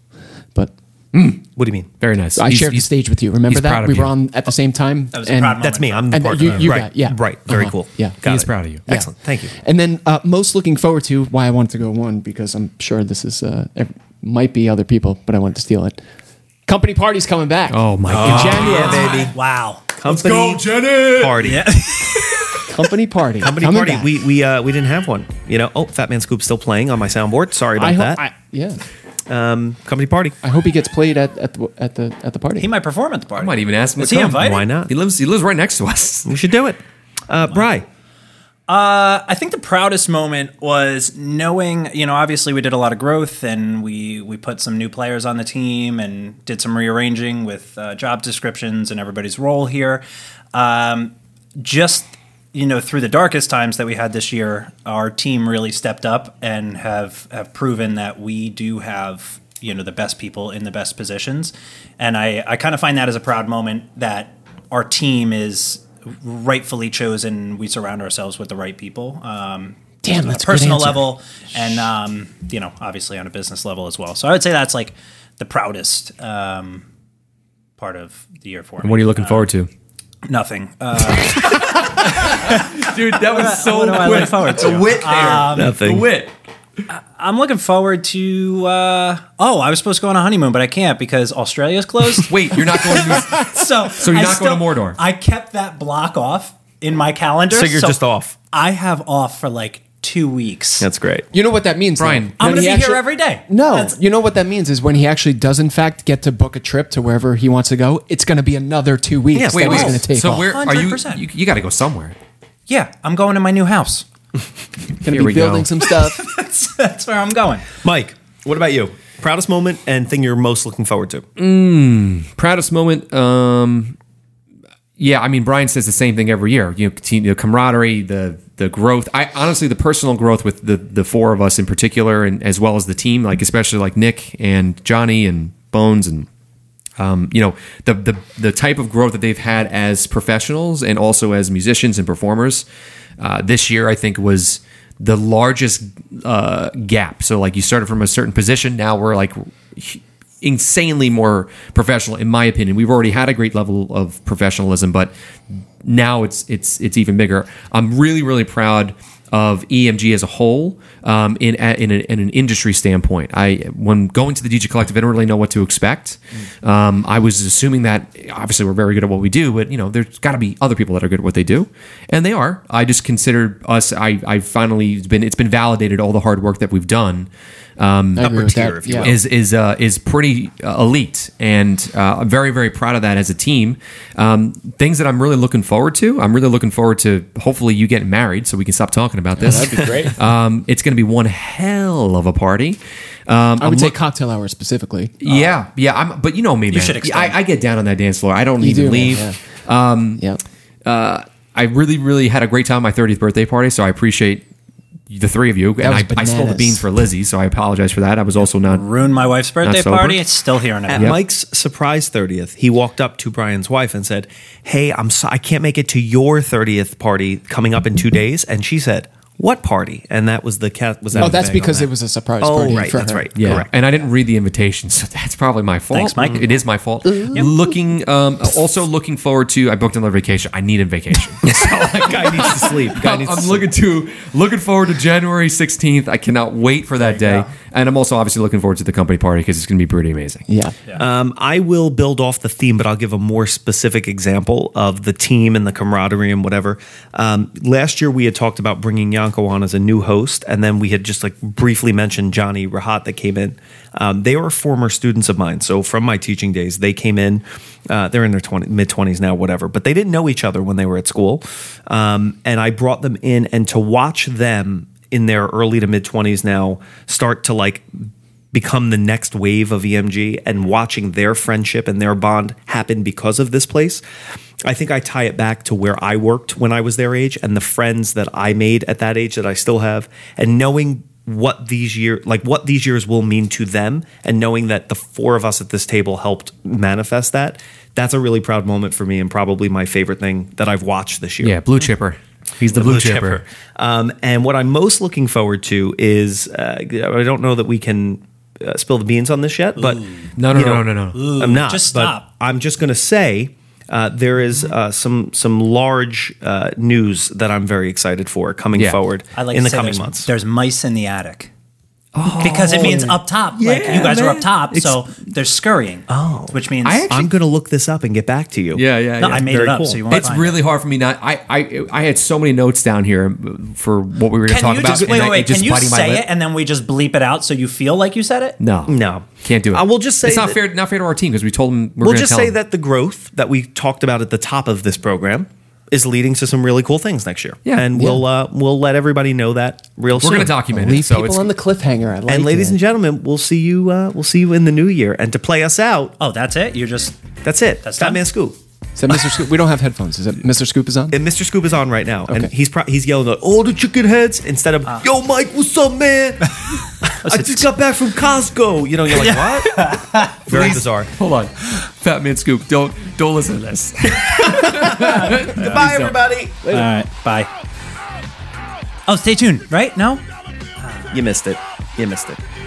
[SPEAKER 2] But
[SPEAKER 4] What do you mean?
[SPEAKER 1] Very nice.
[SPEAKER 2] I
[SPEAKER 1] He's-
[SPEAKER 2] shared the
[SPEAKER 1] he's-
[SPEAKER 2] stage with you. Remember
[SPEAKER 1] he's proud
[SPEAKER 2] that
[SPEAKER 1] of
[SPEAKER 2] we were
[SPEAKER 1] you.
[SPEAKER 2] on at the same time.
[SPEAKER 3] That was a proud
[SPEAKER 4] That's me. I'm the
[SPEAKER 2] And uh,
[SPEAKER 4] partner.
[SPEAKER 2] you- you
[SPEAKER 4] right.
[SPEAKER 2] got- yeah.
[SPEAKER 4] Right. Very
[SPEAKER 2] Uh-huh.
[SPEAKER 4] cool.
[SPEAKER 2] Yeah.
[SPEAKER 4] Got
[SPEAKER 1] He's
[SPEAKER 4] it.
[SPEAKER 1] proud of you.
[SPEAKER 4] Excellent. Thank you.
[SPEAKER 2] And then uh, most looking forward to why I wanted to go one because I'm sure this is uh, ev- might be other people, but I wanted to steal it. Company party's coming back.
[SPEAKER 1] Oh my
[SPEAKER 2] in
[SPEAKER 1] god.
[SPEAKER 2] January.
[SPEAKER 4] baby.
[SPEAKER 3] Wow.
[SPEAKER 4] Company
[SPEAKER 5] Jenny!
[SPEAKER 4] party.
[SPEAKER 2] Company party.
[SPEAKER 4] Company
[SPEAKER 2] coming
[SPEAKER 4] party.
[SPEAKER 2] back.
[SPEAKER 4] We we uh, we didn't have one. You know. Oh, Fat Man Scoop's still playing on my soundboard. Sorry about
[SPEAKER 2] I hope.
[SPEAKER 4] that.
[SPEAKER 2] I, yeah.
[SPEAKER 4] Company party.
[SPEAKER 2] I hope he gets played at at the at the at the party.
[SPEAKER 3] He might perform at the party.
[SPEAKER 1] I might even ask him
[SPEAKER 3] Is
[SPEAKER 1] to
[SPEAKER 3] he
[SPEAKER 1] come.
[SPEAKER 3] invited?
[SPEAKER 4] Why not?
[SPEAKER 1] He lives. He lives right next to us.
[SPEAKER 4] We should do it. Uh, Bry.
[SPEAKER 3] I think the proudest moment was knowing, you know, obviously we did a lot of growth and we we put some new players on the team and did some rearranging with uh, job descriptions and everybody's role here. Um, just you know, through the darkest times that we had this year, our team really stepped up and have have proven that we do have you know the best people in the best positions, and I I kind of find that as a proud moment that our team is rightfully chosen. We surround ourselves with the right people. Um,
[SPEAKER 2] Damn, that's a
[SPEAKER 3] on a
[SPEAKER 2] good
[SPEAKER 3] personal
[SPEAKER 2] answer.
[SPEAKER 3] level, and um, you know, obviously on a business level as well. So I would say that's like the proudest um, part of the year for me.
[SPEAKER 1] What are you looking forward to?
[SPEAKER 3] Nothing. Uh,
[SPEAKER 1] Dude, that was so
[SPEAKER 3] what do I look forward to?
[SPEAKER 1] wit there.
[SPEAKER 4] Nothing.
[SPEAKER 1] wit.
[SPEAKER 3] I'm looking forward to. Uh, oh, I was supposed to go on a honeymoon, but I can't because Australia's closed.
[SPEAKER 1] Wait, you're not going to.
[SPEAKER 3] so so
[SPEAKER 1] you're not going to Mordor?
[SPEAKER 3] I kept that block off in my calendar.
[SPEAKER 4] So you're just off.
[SPEAKER 3] I have off for like two weeks.
[SPEAKER 4] That's great.
[SPEAKER 2] you know what that means,
[SPEAKER 1] Brian,
[SPEAKER 2] though?
[SPEAKER 3] I'm
[SPEAKER 2] When
[SPEAKER 3] gonna
[SPEAKER 2] he
[SPEAKER 3] be
[SPEAKER 2] actually-
[SPEAKER 3] here every day.
[SPEAKER 2] No,
[SPEAKER 3] That's-
[SPEAKER 2] you know what that means is when he actually does, in fact, get to book a trip to wherever he wants to go. It's going to be another two weeks
[SPEAKER 4] Yes,
[SPEAKER 2] that
[SPEAKER 1] Wait,
[SPEAKER 4] That
[SPEAKER 2] he's
[SPEAKER 1] wait.
[SPEAKER 2] going to take
[SPEAKER 1] so
[SPEAKER 2] off.
[SPEAKER 1] where are you?
[SPEAKER 3] 100%.
[SPEAKER 1] You, you got to go somewhere.
[SPEAKER 3] yeah, I'm going to my new house.
[SPEAKER 2] going
[SPEAKER 1] here
[SPEAKER 2] to
[SPEAKER 1] we
[SPEAKER 2] be building
[SPEAKER 1] go.
[SPEAKER 2] some stuff.
[SPEAKER 3] That's where I'm going.
[SPEAKER 4] Mike, what about you? Proudest moment and thing you're most looking forward to?
[SPEAKER 1] proudest moment um yeah i mean brian says the same thing every year you know continue the camaraderie the the growth i honestly the personal growth with the the four of us in particular and as well as the team like especially like nick and johnny and bones and um, you know the, the the type of growth that they've had as professionals and also as musicians and performers uh, this year i think was the largest uh, gap so like you started from a certain position now we're like insanely more professional in my opinion we've already had a great level of professionalism but now it's it's it's even bigger i'm really really proud of EMG as a whole, um, in a, in, a, in an industry standpoint, I when going to the DJ Collective, I didn't really know what to expect. Um, I was assuming that obviously we're very good at what we do, but you know there's got to be other people that are good at what they do, and they are. I just considered us. I I finally it's been it's been validated all the hard work that we've done
[SPEAKER 2] I agree with
[SPEAKER 4] tier,
[SPEAKER 2] that.
[SPEAKER 4] if you
[SPEAKER 2] yeah.
[SPEAKER 1] is is uh, is pretty uh, elite, and uh, I'm very very proud of that as a team. Um, things that I'm really looking forward to. I'm really looking forward to hopefully you getting married, so we can stop talking about this.
[SPEAKER 2] That'd be great.
[SPEAKER 1] um, it's going to be one hell of a party. Uh, Um,
[SPEAKER 2] I would say cocktail hour specifically.
[SPEAKER 1] yeah, yeah. I'm, but you know me, man.
[SPEAKER 3] should explain.
[SPEAKER 1] I, I get down on that dance floor. I don't
[SPEAKER 2] You
[SPEAKER 1] need to
[SPEAKER 2] do,
[SPEAKER 1] leave.
[SPEAKER 2] man,
[SPEAKER 4] um,
[SPEAKER 2] Yeah. Oh,
[SPEAKER 1] I really, really had a great time at my 30th birthday party, so I appreciate the three of you. and
[SPEAKER 2] was
[SPEAKER 1] I, I stole the
[SPEAKER 2] bananas.
[SPEAKER 1] beans for Lizzie, so I apologize for that. I was also not.
[SPEAKER 3] Ruined my wife's birthday
[SPEAKER 1] sober?
[SPEAKER 3] party. It's still here now.
[SPEAKER 4] At Mike's surprise 30th, he walked up to Brian's wife and said, "Hey, I'm so, I can't make it to your 30th party coming up in 2 days." And she said, "What party?" And that was the cat was that
[SPEAKER 2] Oh,
[SPEAKER 4] the
[SPEAKER 2] that's
[SPEAKER 4] bang on
[SPEAKER 2] because
[SPEAKER 4] that.
[SPEAKER 2] it was a surprise
[SPEAKER 4] Oh,
[SPEAKER 2] party.
[SPEAKER 4] right,
[SPEAKER 2] for
[SPEAKER 4] that's
[SPEAKER 2] her.
[SPEAKER 4] right.
[SPEAKER 1] Yeah,
[SPEAKER 4] Correct.
[SPEAKER 1] and I didn't read the invitation, so that's probably my fault.
[SPEAKER 3] Thanks, Mike.
[SPEAKER 1] It is my fault. Looking, um, also looking forward to. I booked another vacation. I need a vacation. So, like,
[SPEAKER 4] Guy needs to sleep. Guy
[SPEAKER 1] I'm
[SPEAKER 4] needs to
[SPEAKER 1] I'm
[SPEAKER 4] sleep.
[SPEAKER 1] looking to looking forward to January 16th. I cannot wait for that day, and I'm also obviously looking forward to the company party because it's going to be pretty amazing.
[SPEAKER 2] Yeah.
[SPEAKER 4] Um, I will build off the theme, but I'll give a more specific example of the team and the camaraderie and whatever. Um, last year, we had talked about bringing Yanko on as a new host, and then we had just like briefly mentioned Johnny Rahat that came in. Um, they were former students of mine, so from my teaching days, they came in. Uh, they're in their 20, mid twenties now, whatever, but they didn't know each other when they were at school, um, and I brought them in, and to watch them in their early to mid twenties now start to like become the next wave of EMG and watching their friendship and their bond happen because of this place. I think I tie it back to where I worked when I was their age and the friends that I made at that age that I still have and knowing what these year like what these years will mean to them and knowing that the four of us at this table helped manifest that that's a really proud moment for me and probably my favorite thing that I've watched this year
[SPEAKER 1] Yeah, blue chipper. He's the, blue, chipper.
[SPEAKER 4] um, and what I'm most looking forward to is uh, I don't know that we can uh, spill the beans on this yet, but
[SPEAKER 1] No, no,
[SPEAKER 4] you
[SPEAKER 1] no,
[SPEAKER 4] know,
[SPEAKER 1] no, no, no.
[SPEAKER 4] I'm not.
[SPEAKER 3] just
[SPEAKER 4] but
[SPEAKER 3] stop.
[SPEAKER 4] I'm just going to say uh, there is uh, some some large uh, news that I'm very excited for coming
[SPEAKER 1] Yeah.
[SPEAKER 4] forward
[SPEAKER 3] I like
[SPEAKER 4] in
[SPEAKER 3] to
[SPEAKER 4] the
[SPEAKER 3] say
[SPEAKER 4] coming
[SPEAKER 3] there's,
[SPEAKER 4] months.
[SPEAKER 3] There's mice in the attic. because it means up top. like you guys are
[SPEAKER 4] man.
[SPEAKER 3] up top,
[SPEAKER 4] It's-
[SPEAKER 3] so they're scurrying. Oh, which means
[SPEAKER 1] I actually-
[SPEAKER 4] I'm going to look this up and get back to you.
[SPEAKER 1] Yeah, yeah,
[SPEAKER 3] no,
[SPEAKER 1] yeah.
[SPEAKER 3] I made
[SPEAKER 4] very
[SPEAKER 3] it up,
[SPEAKER 4] cool.
[SPEAKER 3] so you won't.
[SPEAKER 1] it's
[SPEAKER 3] find
[SPEAKER 1] really hard for me not. I, I I had so many notes down here uh, for what we were going
[SPEAKER 3] It.
[SPEAKER 1] to
[SPEAKER 3] Can
[SPEAKER 1] talk
[SPEAKER 3] you
[SPEAKER 1] about.
[SPEAKER 3] just
[SPEAKER 1] and
[SPEAKER 3] wait?
[SPEAKER 1] I-
[SPEAKER 3] Wait, wait.
[SPEAKER 1] it just
[SPEAKER 3] Can you
[SPEAKER 1] biting my
[SPEAKER 3] say
[SPEAKER 1] lip.
[SPEAKER 3] it and then we just bleep it out so you feel like you said it?
[SPEAKER 1] No,
[SPEAKER 4] No.
[SPEAKER 1] can't do it.
[SPEAKER 4] I will just say
[SPEAKER 1] it's not
[SPEAKER 4] that-
[SPEAKER 1] fair. Not fair to our team because we told them we're
[SPEAKER 4] We'll
[SPEAKER 1] gonna
[SPEAKER 4] just
[SPEAKER 1] tell
[SPEAKER 4] say
[SPEAKER 1] them.
[SPEAKER 4] that the growth that we talked about at the top of this program is leading to some really cool things next year.
[SPEAKER 1] Yeah,
[SPEAKER 4] and we'll uh, we'll let everybody know that real
[SPEAKER 1] we're
[SPEAKER 4] soon.
[SPEAKER 1] going to document it.
[SPEAKER 2] Leave
[SPEAKER 1] So
[SPEAKER 2] people
[SPEAKER 1] it's
[SPEAKER 2] on the cliffhanger. I like
[SPEAKER 4] and ladies
[SPEAKER 2] it.
[SPEAKER 4] and gentlemen, we'll see you. Uh, we'll see you in the new year. And to play us out,
[SPEAKER 3] Oh, that's it. You're just
[SPEAKER 4] that's it.
[SPEAKER 3] That's
[SPEAKER 4] Batman
[SPEAKER 3] done.
[SPEAKER 4] Scoop.
[SPEAKER 2] Is that Mr. Scoop? We don't have headphones. Is it Mr. Scoop is on?
[SPEAKER 4] And Mr. Scoop is on right now, and
[SPEAKER 2] Okay.
[SPEAKER 4] he's pro- he's yelling out, "Oh, the chicken heads!" Instead of "Yo, Mike, what's up, man? I just got back from Costco." You know, you're like, "What?" Very bizarre.
[SPEAKER 1] hold on, Fat Man Scoop. Don't don't listen to this.
[SPEAKER 4] Goodbye, everybody.
[SPEAKER 3] all right. Bye. Oh, stay tuned. Right? No.
[SPEAKER 4] You missed it. You missed it.